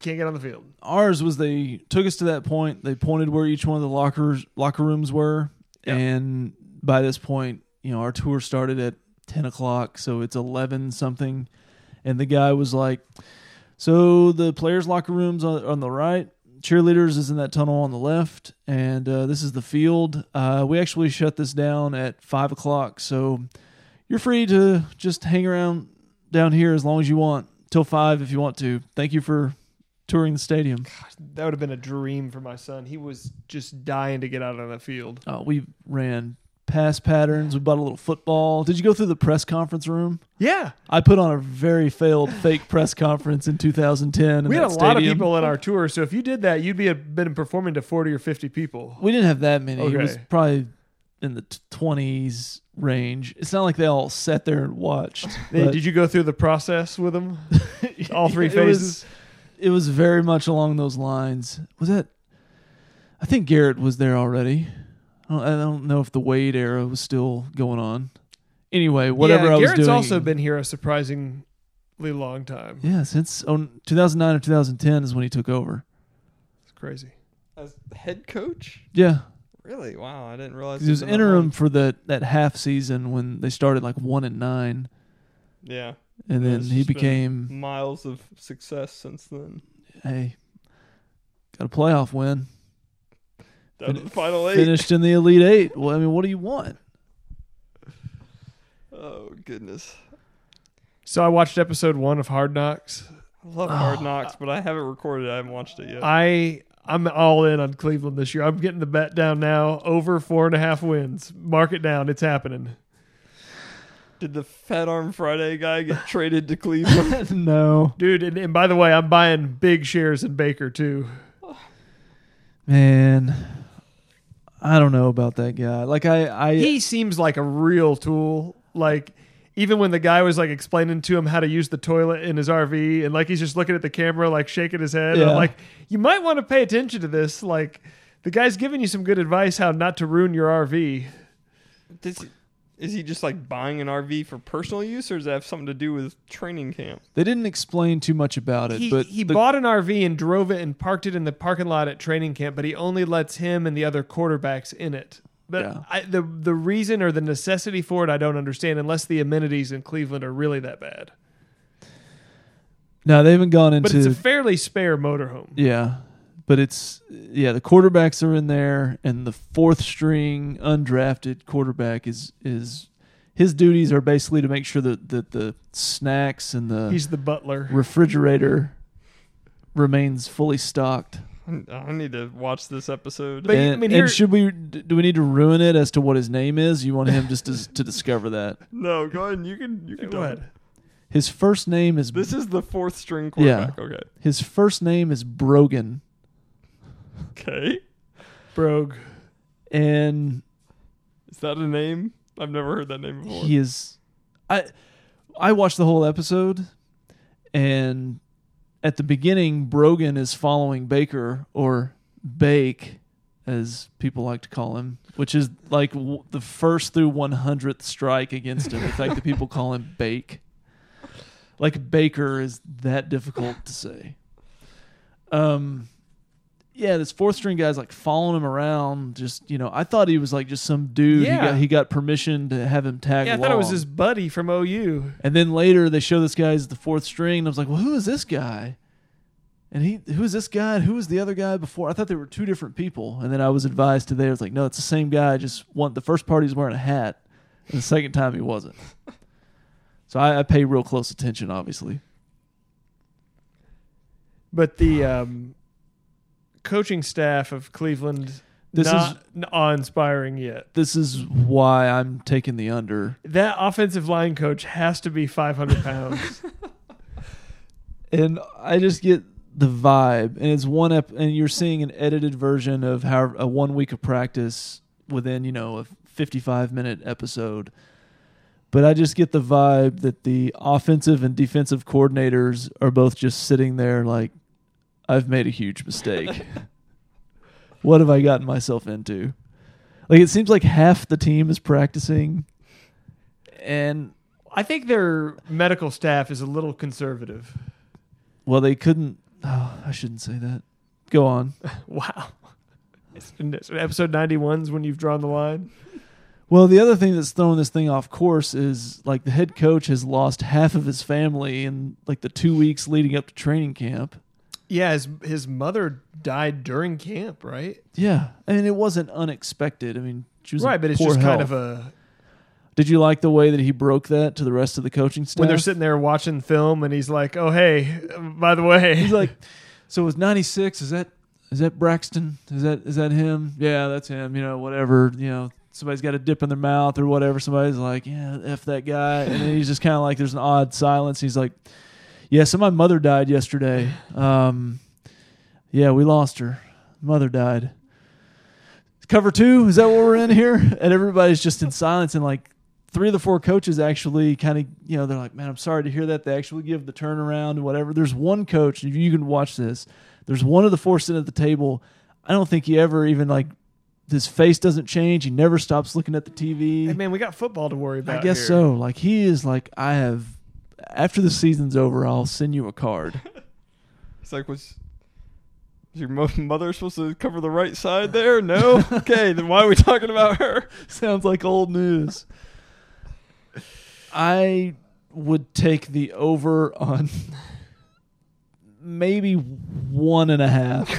Speaker 3: can't get on the field.
Speaker 4: ours was they took us to that point. They pointed where each one of the lockers locker rooms were,
Speaker 3: Yeah.
Speaker 4: and by this point, you know, our tour started at ten o'clock, so it's eleven something, and the guy was like, "So the players' locker rooms on, on the right, cheerleaders is in that tunnel on the left, and uh, this is the field. Uh, we actually shut this down at five o'clock, so you're free to just hang around down here as long as you want till five if you want to. Thank you for touring the stadium.
Speaker 3: That would have been a dream for my son. He was just dying to get out on the field.
Speaker 4: Uh, we ran pass patterns. We bought a little football. Did you go through the press conference room?
Speaker 3: Yeah,
Speaker 4: I put on a
Speaker 3: [laughs]
Speaker 4: very failed fake press conference in 2010. in
Speaker 3: we had a
Speaker 4: that
Speaker 3: lot of
Speaker 4: stadium.
Speaker 3: people in our tour. So if you did that, you'd be a, been performing to forty or fifty people.
Speaker 4: We didn't have that many. It was
Speaker 3: Okay.
Speaker 4: probably in the twenties range. It's not like they all sat there and [laughs] watched.
Speaker 3: Hey,
Speaker 4: but
Speaker 3: did you go through the process with [laughs] them? All three
Speaker 4: It was-
Speaker 3: phases.
Speaker 4: It was very much along those lines. Was that? I think Garrett was there already. I don't, I don't know if the Wade era was still going on. Anyway, whatever
Speaker 3: yeah,
Speaker 4: I was
Speaker 3: Garrett's
Speaker 4: doing.
Speaker 3: also been here a surprisingly long time.
Speaker 4: yeah, since oh, 2009 or 2010 is when he took over.
Speaker 3: It's crazy.
Speaker 2: As head coach?
Speaker 4: Yeah,
Speaker 2: Really? Wow, I didn't realize.
Speaker 4: 'cause he was
Speaker 2: been that
Speaker 4: interim
Speaker 2: long.
Speaker 4: for that that half season when they started like one and nine,
Speaker 2: Yeah,
Speaker 4: and
Speaker 2: Yeah,
Speaker 4: then
Speaker 2: it's
Speaker 4: he
Speaker 2: just been-
Speaker 4: became
Speaker 2: miles of success since then.
Speaker 4: hey, got a playoff win.
Speaker 2: Down to
Speaker 4: Fin-
Speaker 2: the final eight.
Speaker 4: Finished in the Elite Eight. Well, I mean, what do
Speaker 3: [laughs]
Speaker 4: you want?
Speaker 2: Oh goodness,
Speaker 3: So I watched episode one of Hard Knocks.
Speaker 2: I love
Speaker 4: Oh,
Speaker 2: Hard Knocks, but I haven't recorded. it. I haven't watched it yet.
Speaker 3: I I'm all in on Cleveland this year. I'm getting the bet down now. Over four and a half wins. Mark it down. It's happening.
Speaker 2: Did the Fat Arm Friday guy get traded to Cleveland?
Speaker 4: no.
Speaker 3: Dude, and, and by the way, I'm buying big shares in Baker too.
Speaker 4: Man, I don't know about that guy. Like, I. I
Speaker 3: He seems like a real tool. Like even when the guy was like explaining to him how to use the toilet in his RV and like he's just looking at the camera like shaking his head
Speaker 4: Yeah.
Speaker 3: I'm like you might want to pay attention to this like the guy's giving you some good advice how not to ruin your RV.
Speaker 2: [laughs] Does he, is he just like buying an RV for personal use, or does that have something to do with training camp?
Speaker 4: they didn't explain too much about it,
Speaker 3: he,
Speaker 4: but
Speaker 3: he
Speaker 4: the-
Speaker 3: bought an RV and drove it and parked it in the parking lot at training camp, but he only lets him and the other quarterbacks in it. But
Speaker 4: Yeah.
Speaker 3: I, the the reason or the necessity for it, I don't understand. Unless the amenities in Cleveland are really that bad,
Speaker 4: no, they haven't gone
Speaker 3: but
Speaker 4: into.
Speaker 3: it's a fairly spare motorhome.
Speaker 4: yeah. But it's. Yeah, the quarterbacks are in there, and the fourth string undrafted quarterback is. is his duties are basically to make sure that, that the snacks and the
Speaker 3: He's the butler.
Speaker 4: refrigerator remains fully stocked.
Speaker 2: I, I need to watch this episode.
Speaker 3: But-
Speaker 4: and,
Speaker 3: I mean,
Speaker 4: and
Speaker 3: here-
Speaker 4: should we do we need to ruin it as to what his name is? You want him just to, to discover that
Speaker 2: no, go ahead. You can. You can.
Speaker 3: Go
Speaker 2: Go
Speaker 3: ahead.
Speaker 4: his first name is
Speaker 2: This is the fourth string
Speaker 4: Yeah.
Speaker 2: quarterback. Okay.
Speaker 4: his first name is Brogan,
Speaker 2: Okay.
Speaker 3: Brogue.
Speaker 4: and
Speaker 2: Is that a name? I've never heard that name before.
Speaker 4: he is. I I watched the whole episode, and at the beginning, Brogan is following Baker or Bake, as people like to call him, which is like w- the first through one hundredth strike against him. The fact that people call him Bake, like Baker, is that difficult to say. Um, yeah, this fourth string guy's like following him around. Just you know, I thought he was like just some dude.
Speaker 3: Yeah.
Speaker 4: He got he got permission to have him tag.
Speaker 3: Yeah, I thought it was
Speaker 4: along.
Speaker 3: his buddy from OU.
Speaker 4: And then later they show this guy as the fourth string, and I was like, well, who is this guy? And he, who is this guy? And who was the other guy before? I thought they were two different people. And then I was advised today, I was like, no, it's the same guy. Just one, the first part he's wearing a hat, and the second time he wasn't. So I, I pay real close attention, obviously.
Speaker 3: But the um, coaching staff of Cleveland
Speaker 4: This is-
Speaker 3: not awe inspiring yet.
Speaker 4: This is why I'm taking the under.
Speaker 3: That offensive line coach has to be 500
Speaker 4: [laughs]
Speaker 3: pounds.
Speaker 4: and I just get the vibe, and it's one up, and you're seeing an edited version of how a one week of practice within you know a 55 minute episode. But I just get the vibe that the offensive and defensive coordinators are both just sitting there like, I've made a huge mistake. what have I gotten myself into? Like it seems like half the team is practicing, and
Speaker 3: I think their medical staff is a little conservative.
Speaker 4: well, they couldn't. Oh, I shouldn't say that. Go on.
Speaker 3: Wow. It's been- so episode 91's when you've drawn the line.
Speaker 4: Well, the other thing that's thrown this thing off course is like the head coach has lost half of his family in like the two weeks leading up to training camp.
Speaker 3: Yeah, his his mother died during camp, right?
Speaker 4: Yeah, I mean it wasn't unexpected. I mean she was in
Speaker 3: right, but it's
Speaker 4: poor
Speaker 3: just kind of
Speaker 4: health.
Speaker 3: a
Speaker 4: Did you like the way that he broke that to the rest of the coaching staff?
Speaker 3: when they're sitting there watching film and he's like, "Oh hey, by the way,"
Speaker 4: he's like, so it was '96. Is that is that Braxton? Is that is that him? Yeah, that's him. You know, whatever. You know, somebody's got a dip in their mouth or whatever. Somebody's like, yeah, f that guy, and then he's just kind of like, there's an odd silence. He's like, yeah, so my mother died yesterday. Um, yeah, we lost her. Mother died. Cover two is that what we're in here? [laughs] And everybody's just in silence and like three of the four coaches actually kind of you know they're like man i'm sorry to hear that they actually give the turnaround and whatever there's one coach if you can watch this there's one of the four sitting at the table i don't think he ever even like his face doesn't change he never stops looking at the tv
Speaker 3: "Hey [laughs] man, we got football to worry
Speaker 4: i
Speaker 3: about."
Speaker 4: guess
Speaker 3: here."
Speaker 4: so like he is like i have after the season's over i'll send you a card
Speaker 2: It's like, was is your mo- mother supposed to cover the right side there? [laughs] No. okay, then why are we talking about her?
Speaker 4: [laughs] sounds like old news i would take the over on maybe one and a half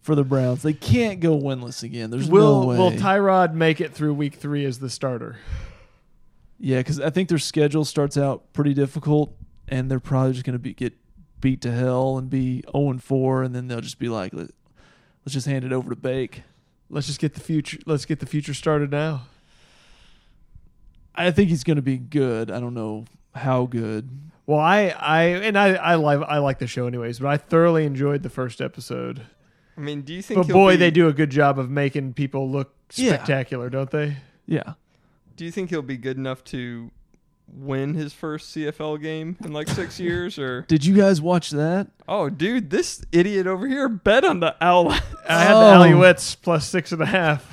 Speaker 4: for the Browns. They can't go winless again. There's
Speaker 3: Will
Speaker 4: no way.
Speaker 3: Will Tyrod make it through week three as the starter?
Speaker 4: yeah, because I think their schedule starts out pretty difficult, and they're probably just going to be get beat to hell and be zero and four, and then they'll just be like, "Let- let's just hand it over to Bake.
Speaker 3: Let's just get the future. Let's get the future started now.
Speaker 4: I think he's going to be good. I don't know how good.
Speaker 3: Well, I I and I I like I like the show anyways, but I thoroughly enjoyed the first episode.
Speaker 2: I mean, do you think?
Speaker 3: But
Speaker 2: he'll
Speaker 3: boy,
Speaker 2: be-
Speaker 3: they do a good job of making people look
Speaker 4: Yeah.
Speaker 3: spectacular, don't they?
Speaker 4: Yeah.
Speaker 2: Do you think he'll be good enough to win his first CFL game in
Speaker 4: [laughs]
Speaker 2: like six years? Or
Speaker 4: Did you guys watch that?
Speaker 2: oh, dude, this idiot over here bet on the owl. [laughs]
Speaker 3: I had
Speaker 4: Oh.
Speaker 3: the Alouettes plus six and a half.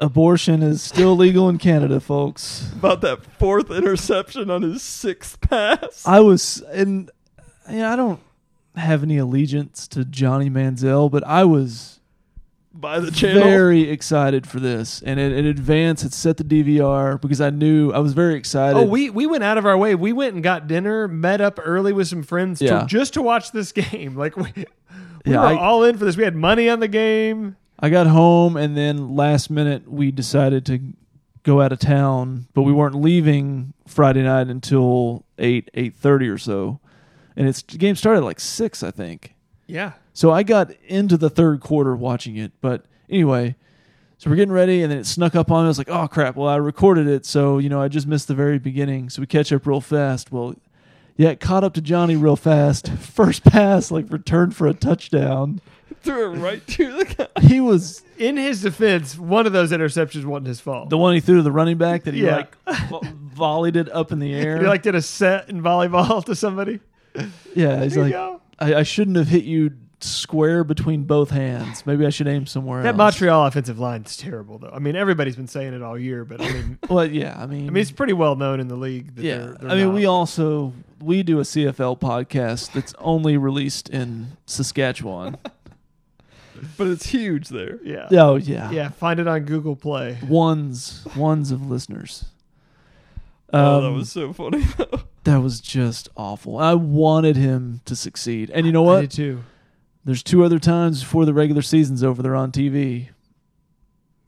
Speaker 4: Abortion is still legal in Canada, folks.
Speaker 2: about that fourth interception on his sixth pass.
Speaker 4: I was, and you know, I don't have any allegiance to Johnny Manziel, but I was
Speaker 2: by the channel.
Speaker 4: very excited for this. And in, in advance, had set the DVR because I knew I was very excited.
Speaker 3: [laughs] Oh, we we went out of our way. We went and got dinner, met up early with some friends to-
Speaker 4: Yeah.
Speaker 3: just to watch this game. [laughs] Like we, we
Speaker 4: Yeah,
Speaker 3: were
Speaker 4: I-
Speaker 3: all in for this. We had money on the game.
Speaker 4: I got home, and then last minute we decided to go out of town, but we weren't leaving Friday night until eight eight thirty or so, and it's the game started at like six, I think.
Speaker 3: Yeah.
Speaker 4: So I got into the third quarter watching it. But anyway, so we're getting ready, and then it snuck up on me. I was like, oh, crap. Well, I recorded it. So, you know, I just missed the very beginning. So we catch up real fast. Well, yeah, it caught up to Johnny real fast. [laughs] First pass, like returned for a touchdown.
Speaker 2: [laughs] threw it right to the guy.
Speaker 4: He was
Speaker 3: In his defense, one of those interceptions wasn't his fault.
Speaker 4: the one he threw to the running back that he
Speaker 3: Yeah.
Speaker 4: like vo- volleyed it up
Speaker 3: [laughs]
Speaker 4: in the air.
Speaker 3: he like did a set in volleyball [laughs] to somebody.
Speaker 4: yeah, he's
Speaker 3: There
Speaker 4: like,
Speaker 3: you go.
Speaker 4: I, I shouldn't have hit you square between both hands. Maybe I should aim somewhere
Speaker 3: That
Speaker 4: else.
Speaker 3: Montreal offensive line's terrible, though. I mean, everybody's been saying it all year, but I mean,
Speaker 4: Well, yeah, I mean,
Speaker 3: I mean, it's pretty well known in the league. That
Speaker 4: yeah
Speaker 3: they're, they're
Speaker 4: i mean
Speaker 3: not.
Speaker 4: we also we do a cfl podcast that's only released in saskatchewan
Speaker 2: But it's huge there.
Speaker 3: yeah, yeah,
Speaker 4: oh yeah
Speaker 3: Find it on Google Play.
Speaker 4: ones ones of listeners
Speaker 2: oh, that
Speaker 4: Um,
Speaker 2: was so funny though.
Speaker 4: that was just awful i wanted him to succeed and you know
Speaker 3: I
Speaker 4: what
Speaker 3: did too.
Speaker 4: there's two other times before the regular season's over they're on tv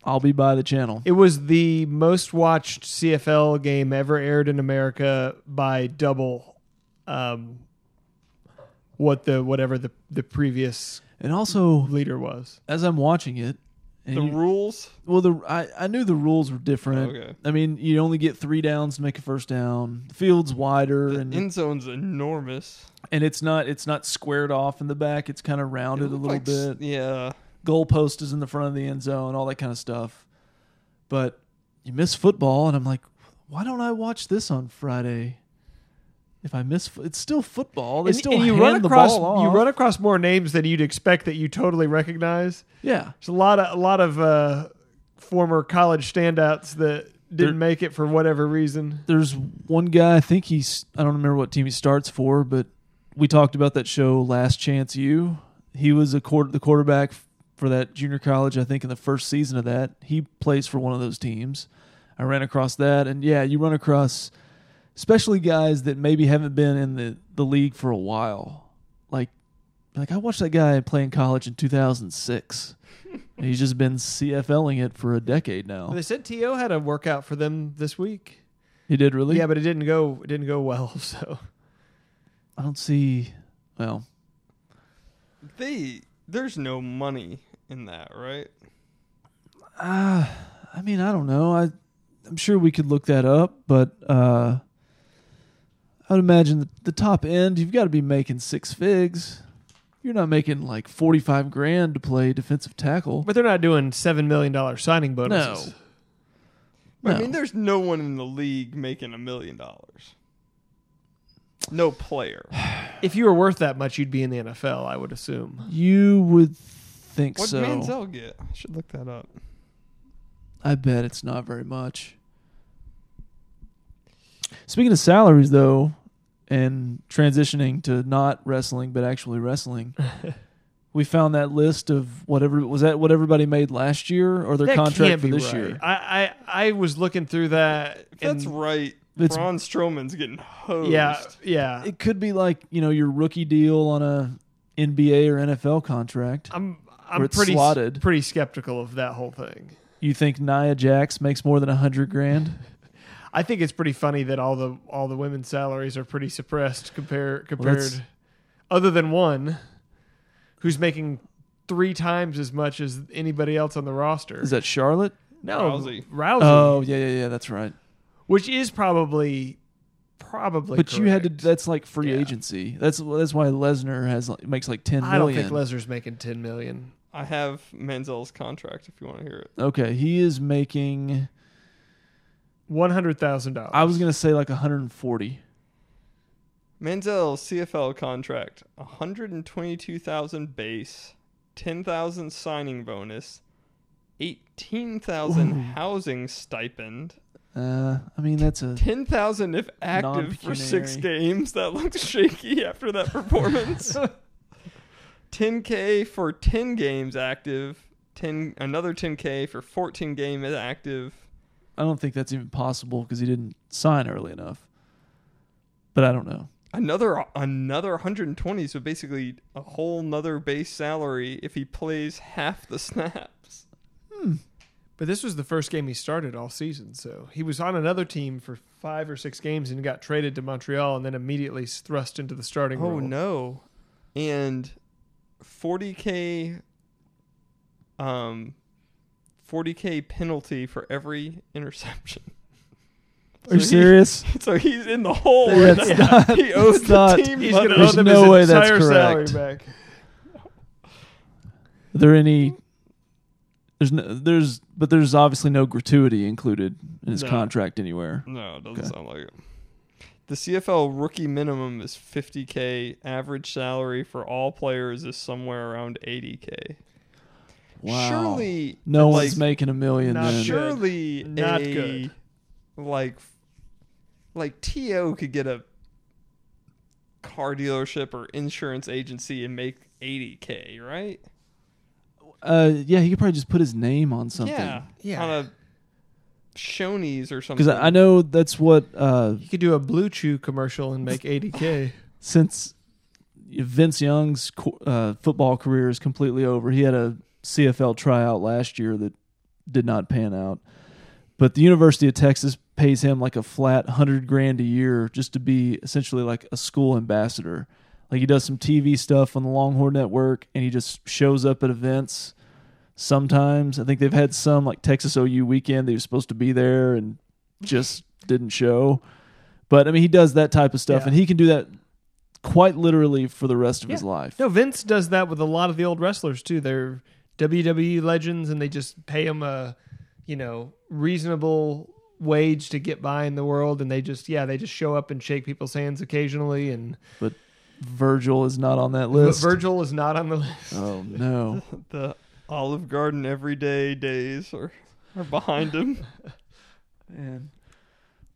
Speaker 4: i'll be by the channel
Speaker 3: It was the most watched CFL game ever aired in America by double, um, what the whatever the the previous
Speaker 4: and also
Speaker 3: leader was.
Speaker 4: as i'm watching it and
Speaker 2: The
Speaker 4: you-
Speaker 2: rules.
Speaker 4: Well, the I, I knew the rules were different.
Speaker 2: Okay.
Speaker 4: I mean, you only get three downs to make a first down. The field's wider,
Speaker 2: The
Speaker 4: and
Speaker 2: end zone's enormous.
Speaker 4: and it's not it's not squared off in the back. It's kind of rounded a little
Speaker 2: Like, s-
Speaker 4: bit.
Speaker 2: Yeah.
Speaker 4: Goalpost is in the front of the end zone, all that kind of stuff. But you miss football, and I'm like, why don't I watch this on Friday? If I miss, fo- it's still football. They
Speaker 3: And,
Speaker 4: still
Speaker 3: and you
Speaker 4: hand
Speaker 3: run
Speaker 4: the
Speaker 3: across
Speaker 4: ball off.
Speaker 3: you run across more names than you'd expect that you totally recognize.
Speaker 4: yeah.
Speaker 3: There's a lot of a lot of uh, former college standouts that didn't
Speaker 4: They're-
Speaker 3: make it for whatever reason.
Speaker 4: there's one guy I think he's I don't remember what team he starts for, but we talked about that show Last Chance U. He was a quarter the quarterback for that junior college I think in the first season of that. He plays for one of those teams. I ran across that and yeah, you run across especially guys that maybe haven't been in the the league for a while. like, I watched that guy play in college
Speaker 3: [laughs]
Speaker 4: in 2006. and he's just been CFLing it for a decade now.
Speaker 3: They said To had a workout for them this week.
Speaker 4: He did really?
Speaker 3: Yeah, but it didn't go. It didn't go
Speaker 4: [laughs]
Speaker 3: well. So
Speaker 4: I don't see. Well,
Speaker 2: They there's no money in that, right?
Speaker 4: Uh, I mean, I don't know. I, I'm sure we could look that up, but uh, I would imagine the, the top end, you've got to be making six figs. You're not making like 45 grand to play defensive tackle.
Speaker 3: But they're not doing seven million dollars signing bonuses.
Speaker 4: No.
Speaker 2: But, I
Speaker 4: No.
Speaker 2: mean, there's no one in the league making a million dollars. No
Speaker 4: [sighs]
Speaker 2: player.
Speaker 3: If you were worth that much, you'd be in the NFL. I would assume.
Speaker 4: you would think
Speaker 2: What would
Speaker 4: so.
Speaker 2: Manziel get? I should look that up.
Speaker 4: I bet it's not very much. Speaking of salaries, though, and transitioning to not wrestling but actually wrestling, we found that list of whatever was that what everybody made last year or their
Speaker 3: That
Speaker 4: contract
Speaker 3: can't
Speaker 4: for
Speaker 3: be
Speaker 4: this
Speaker 3: right.
Speaker 4: year.
Speaker 3: I, I I was looking through that.
Speaker 2: If that's
Speaker 3: and-
Speaker 2: right,
Speaker 4: It's-
Speaker 2: Braun Strowman's getting hosed.
Speaker 3: Yeah, yeah.
Speaker 4: It could be like you know your rookie deal on a NBA or NFL contract.
Speaker 3: I'm
Speaker 4: Where
Speaker 3: I'm
Speaker 4: it's
Speaker 3: pretty
Speaker 4: slotted.
Speaker 3: pretty skeptical of that whole thing.
Speaker 4: You think Nia Jax makes more than a hundred grand?
Speaker 3: I think it's pretty funny that all the all the women's salaries are pretty suppressed compare, compared
Speaker 4: that's-
Speaker 3: other than one who's making three times as much as anybody else on the roster.
Speaker 4: Is that Charlotte?
Speaker 3: no
Speaker 2: Rousey.
Speaker 3: Rousey,
Speaker 4: Oh yeah, yeah, yeah. That's right.
Speaker 3: which is probably probably
Speaker 4: But you had to.
Speaker 3: correct.
Speaker 4: That's like free
Speaker 3: Yeah.
Speaker 4: agency. That's that's why Lesnar has like, makes like ten
Speaker 3: I don't
Speaker 4: million.
Speaker 3: think Lesnar's making 10 million.
Speaker 2: I have Manziel's contract if you want to hear it.
Speaker 4: okay, he is making.
Speaker 3: $100,000.
Speaker 4: I was gonna say like one hundred and forty.
Speaker 2: Manziel's CFL contract 122,000 base, 10,000 signing bonus, 18,000 housing stipend,
Speaker 4: Uh, I mean that's a.
Speaker 2: 10,000 if active for 6
Speaker 4: Non-pecuniary.
Speaker 2: games. That looks shaky after that [laughs] performance. 10k for 10 games active, 10 another 10k for 14 game active.
Speaker 4: I don't think that's even possible because he didn't sign early enough. But I don't know.
Speaker 2: Another another 120, so basically a whole nother base salary if he plays half the snaps.
Speaker 3: But this was the first game he started all season, so he was on another team for five or six games and got traded to Montreal, and then immediately s- thrust into the starting
Speaker 2: Oh
Speaker 3: role.
Speaker 2: no. And 40k um 40k penalty for every interception.
Speaker 4: Are you
Speaker 2: So he-
Speaker 4: serious?
Speaker 2: [laughs] So he's in the hole.
Speaker 4: [laughs]
Speaker 2: right
Speaker 4: That's
Speaker 2: now.
Speaker 4: not.
Speaker 2: he owes
Speaker 4: that's
Speaker 2: the
Speaker 4: not-
Speaker 2: team
Speaker 3: He's going
Speaker 2: money.
Speaker 3: to owe
Speaker 4: There's
Speaker 3: them
Speaker 4: no
Speaker 3: his
Speaker 4: way that's
Speaker 3: entire salary
Speaker 4: correct.
Speaker 3: back.
Speaker 4: Are there any? There's no. There's but there's obviously no gratuity included in his
Speaker 2: No.
Speaker 4: contract anywhere.
Speaker 2: [laughs] No, it doesn't
Speaker 4: Okay.
Speaker 2: sound like it. The CFL rookie minimum is 50k. Average salary for all players is somewhere around 80k.
Speaker 4: Wow.
Speaker 2: Surely
Speaker 4: no
Speaker 2: like,
Speaker 4: one's making a million.
Speaker 3: Not
Speaker 4: Then.
Speaker 3: sure.
Speaker 2: surely
Speaker 3: Not
Speaker 2: a,
Speaker 3: good.
Speaker 2: Like, like To could get a car dealership or insurance agency and make eighty k, right?
Speaker 4: Uh, yeah, he could probably just put his name on something.
Speaker 2: Yeah,
Speaker 3: Yeah.
Speaker 2: On a Shoney's or something.
Speaker 4: Because I I know that's what uh,
Speaker 3: He could do a Blue Chew commercial and make 80K.
Speaker 4: since Vince Young's co- uh, football career is completely over. He had a CFL tryout last year that did not pan out, but the University of Texas pays him like a flat hundred grand a year just to be essentially like a school ambassador. Like he does some TV stuff on the Longhorn Network, and he just shows up at events. Sometimes I think they've had some like Texas OU weekend. They was supposed to be there and just didn't show. But I mean, he does that type of stuff,
Speaker 3: Yeah.
Speaker 4: and he can do that quite literally for the rest of his
Speaker 3: Yeah.
Speaker 4: life.
Speaker 3: no, Vince does that with a lot of the old wrestlers, too. They're WWE legends, and they just pay them a, you know, reasonable wage to get by in the world, and they just, yeah, they just show up and shake people's hands occasionally, and
Speaker 4: But Virgil is not on that
Speaker 3: but
Speaker 4: list.
Speaker 3: Virgil is not on the [laughs] list.
Speaker 4: oh no.
Speaker 2: the Olive Garden everyday days are are behind [laughs] him.
Speaker 4: Man.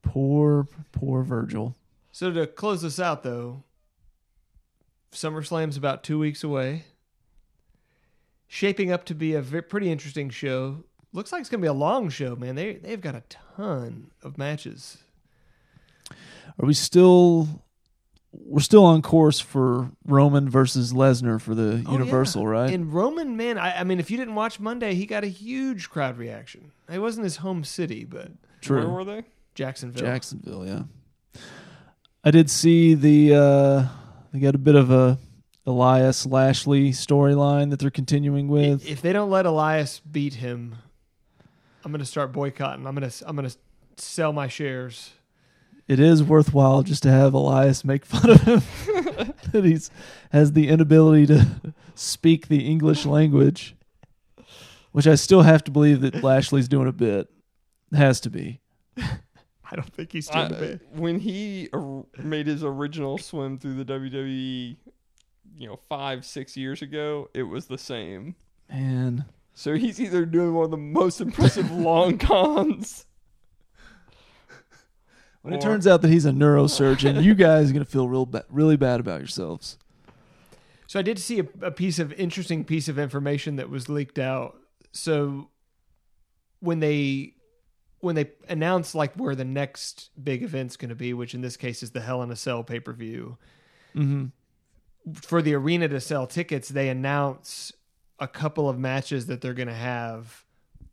Speaker 4: Poor, poor Virgil.
Speaker 3: So to close this out, though, SummerSlam's about two weeks away. Shaping up to be a ve- pretty interesting show. Looks like it's gonna be a long show, man. They they've got a ton of matches.
Speaker 4: Are we still we're still on course for Roman versus Lesnar for the
Speaker 3: Oh,
Speaker 4: Universal,
Speaker 3: yeah.
Speaker 4: right?
Speaker 3: And Roman, man, I, I mean, if you didn't watch Monday, he got a huge crowd reaction. It wasn't his home city, but
Speaker 2: Where
Speaker 4: True.
Speaker 2: were they?
Speaker 3: Jacksonville.
Speaker 4: Jacksonville, yeah. I did see the uh they got a bit of a Elias Lashley storyline that they're continuing
Speaker 3: I-
Speaker 4: with.
Speaker 3: If they don't let Elias beat him, I'm gonna start boycotting. I'm gonna I'm gonna sell my shares.
Speaker 4: it is worthwhile just to have Elias make fun of him that he's has the inability to speak the English language, which I still have to believe that Lashley's doing a bit. Has to be.
Speaker 3: I don't think he's
Speaker 2: I-
Speaker 3: doing it.
Speaker 2: when he or- made his original swim through the WWE, you know, five six years ago, it was the same.
Speaker 4: Man,
Speaker 2: So he's either doing one of the most [laughs] impressive long cons.
Speaker 4: when it
Speaker 2: Or-
Speaker 4: turns out that he's a neurosurgeon, you guys are gonna feel real ba- really bad about yourselves.
Speaker 3: So I did see a, a piece of interesting piece of information that was leaked out. So when they when they announce like where the next big event's going to be, which in this case is the Hell in a Cell pay per view,
Speaker 4: Mm-hmm.
Speaker 3: for the arena to sell tickets, they announce a couple of matches that they're going to have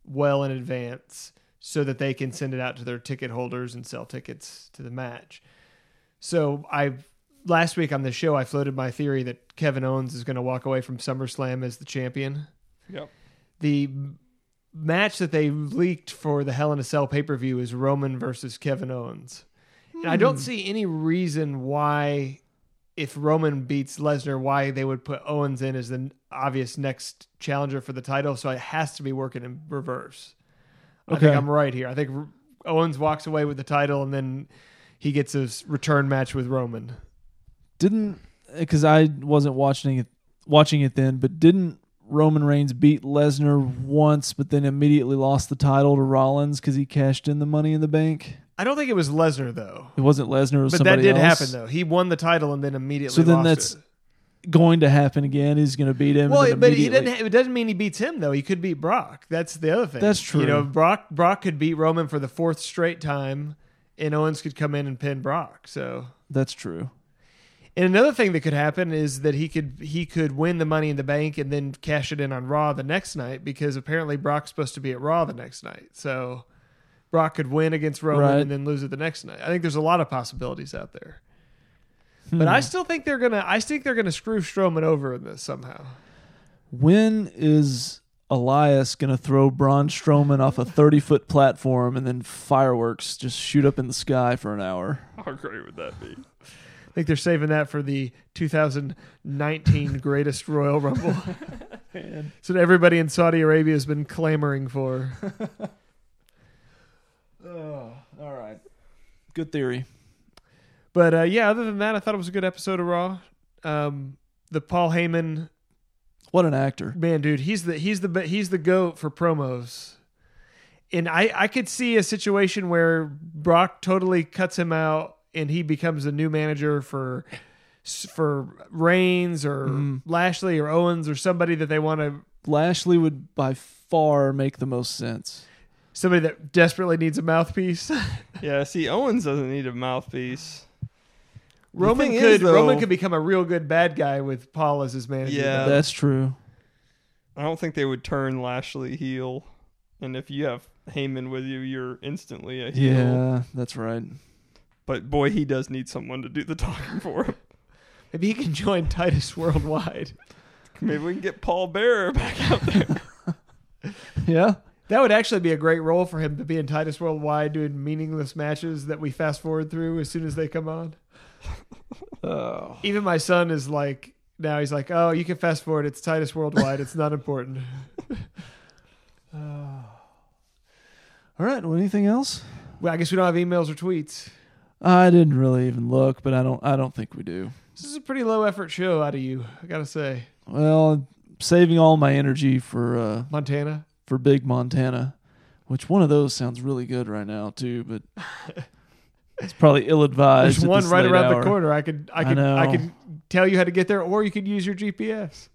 Speaker 3: well in advance so that they can send it out to their ticket holders and sell tickets to the match. So I last week on the show I floated my theory that Kevin Owens is going to walk away from SummerSlam as the champion
Speaker 2: Yep.
Speaker 3: the m- match that they leaked for the Hell in a Cell pay per view is Roman versus Kevin Owens. And I
Speaker 4: Hmm.
Speaker 3: don't see any reason why, if Roman beats Lesnar, why they would put Owens in as the n- obvious next challenger for the title. So it has to be working in reverse. I think
Speaker 4: Okay.
Speaker 3: I'm right here. I think R- Owens walks away with the title and then he gets his return match with Roman.
Speaker 4: Didn't because I wasn't watching it watching it then, but didn't Roman Reigns beat Lesnar once, but then immediately lost the title to Rollins because he cashed in the Money in the Bank.
Speaker 3: I don't think it was Lesnar though.
Speaker 4: It wasn't Lesnar, it was
Speaker 3: But that
Speaker 4: somebody
Speaker 3: did
Speaker 4: else.
Speaker 3: happen though. He won the title and then immediately
Speaker 4: So
Speaker 3: lost
Speaker 4: then that's
Speaker 3: it.
Speaker 4: going to happen again. He's going to beat him. and
Speaker 3: Well,
Speaker 4: then
Speaker 3: but he doesn't.
Speaker 4: immediately-
Speaker 3: ha- It doesn't mean he beats him though. He could beat Brock. That's the other thing.
Speaker 4: That's
Speaker 3: You know,
Speaker 4: true.
Speaker 3: Brock Brock could beat Roman for the fourth straight time, and Owens could come in and pin Brock. So,
Speaker 4: That's true.
Speaker 3: and another thing that could happen is that he could he could win the Money in the Bank and then cash it in on Raw the next night because apparently Brock's supposed to be at Raw the next night. So, Brock could win against Roman
Speaker 4: Right.
Speaker 3: and then lose it the next night. I think there's a lot of possibilities out there.
Speaker 4: Hmm.
Speaker 3: But I still think they're gonna. I think they're gonna screw Strowman over in this somehow.
Speaker 4: When is Elias going to throw Braun Strowman off a thirty-foot platform and then fireworks just shoot up in the sky for an hour?
Speaker 2: How great would that be?
Speaker 3: I think they're saving that for the 2019 Greatest Royal Rumble. so that everybody in Saudi Arabia has been clamoring for.
Speaker 4: All right. Good theory.
Speaker 3: But uh, yeah, other than that, I thought it was a good episode of Raw. Um, the Paul Heyman
Speaker 4: What an actor.
Speaker 3: man, dude, he's the he's the be- he's the goat for promos. And I I could see a situation where Brock totally cuts him out and he becomes the new manager for for Reigns or Lashley or Owens or somebody that they want to
Speaker 4: Lashley would by far make the most sense.
Speaker 3: somebody that desperately needs a
Speaker 2: [laughs]
Speaker 3: mouthpiece.
Speaker 2: Yeah, see, Owens doesn't need a mouthpiece.
Speaker 3: Roman
Speaker 2: thing
Speaker 3: could
Speaker 2: is, though-
Speaker 3: Roman could become a real good bad guy with Paul as his manager.
Speaker 2: Yeah.
Speaker 3: though.
Speaker 4: That's true.
Speaker 2: I don't think they would turn Lashley heel. And if you have Heyman with you, you're instantly a heel.
Speaker 4: Yeah, that's right.
Speaker 2: But boy, he does need someone to do the talking for him.
Speaker 3: maybe he can join Titus [laughs] Worldwide.
Speaker 2: Maybe we can get Paul Bearer back out there.
Speaker 4: Yeah.
Speaker 3: That would actually be a great role for him to be in Titus Worldwide doing meaningless matches that we fast forward through as soon as they come on.
Speaker 4: Oh.
Speaker 3: Even my son is like now he's like, oh, you can fast forward. It's Titus Worldwide. It's not
Speaker 2: [laughs]
Speaker 3: important.
Speaker 4: All right. Well, anything else?
Speaker 3: Well, I guess we don't have emails or tweets.
Speaker 4: I didn't really even look, but I don't. I don't think we do.
Speaker 3: This is a pretty low effort show out of you. I gotta say,
Speaker 4: Well, I'm saving all my energy for uh,
Speaker 3: Montana.
Speaker 4: for Big Montana, which one of those sounds really good right now too, but
Speaker 3: [laughs]
Speaker 4: it's probably ill advised.
Speaker 3: There's one right around the corner. I could I
Speaker 4: I
Speaker 3: could I,
Speaker 4: know.
Speaker 3: could tell you how to get there, or you could use your GPS.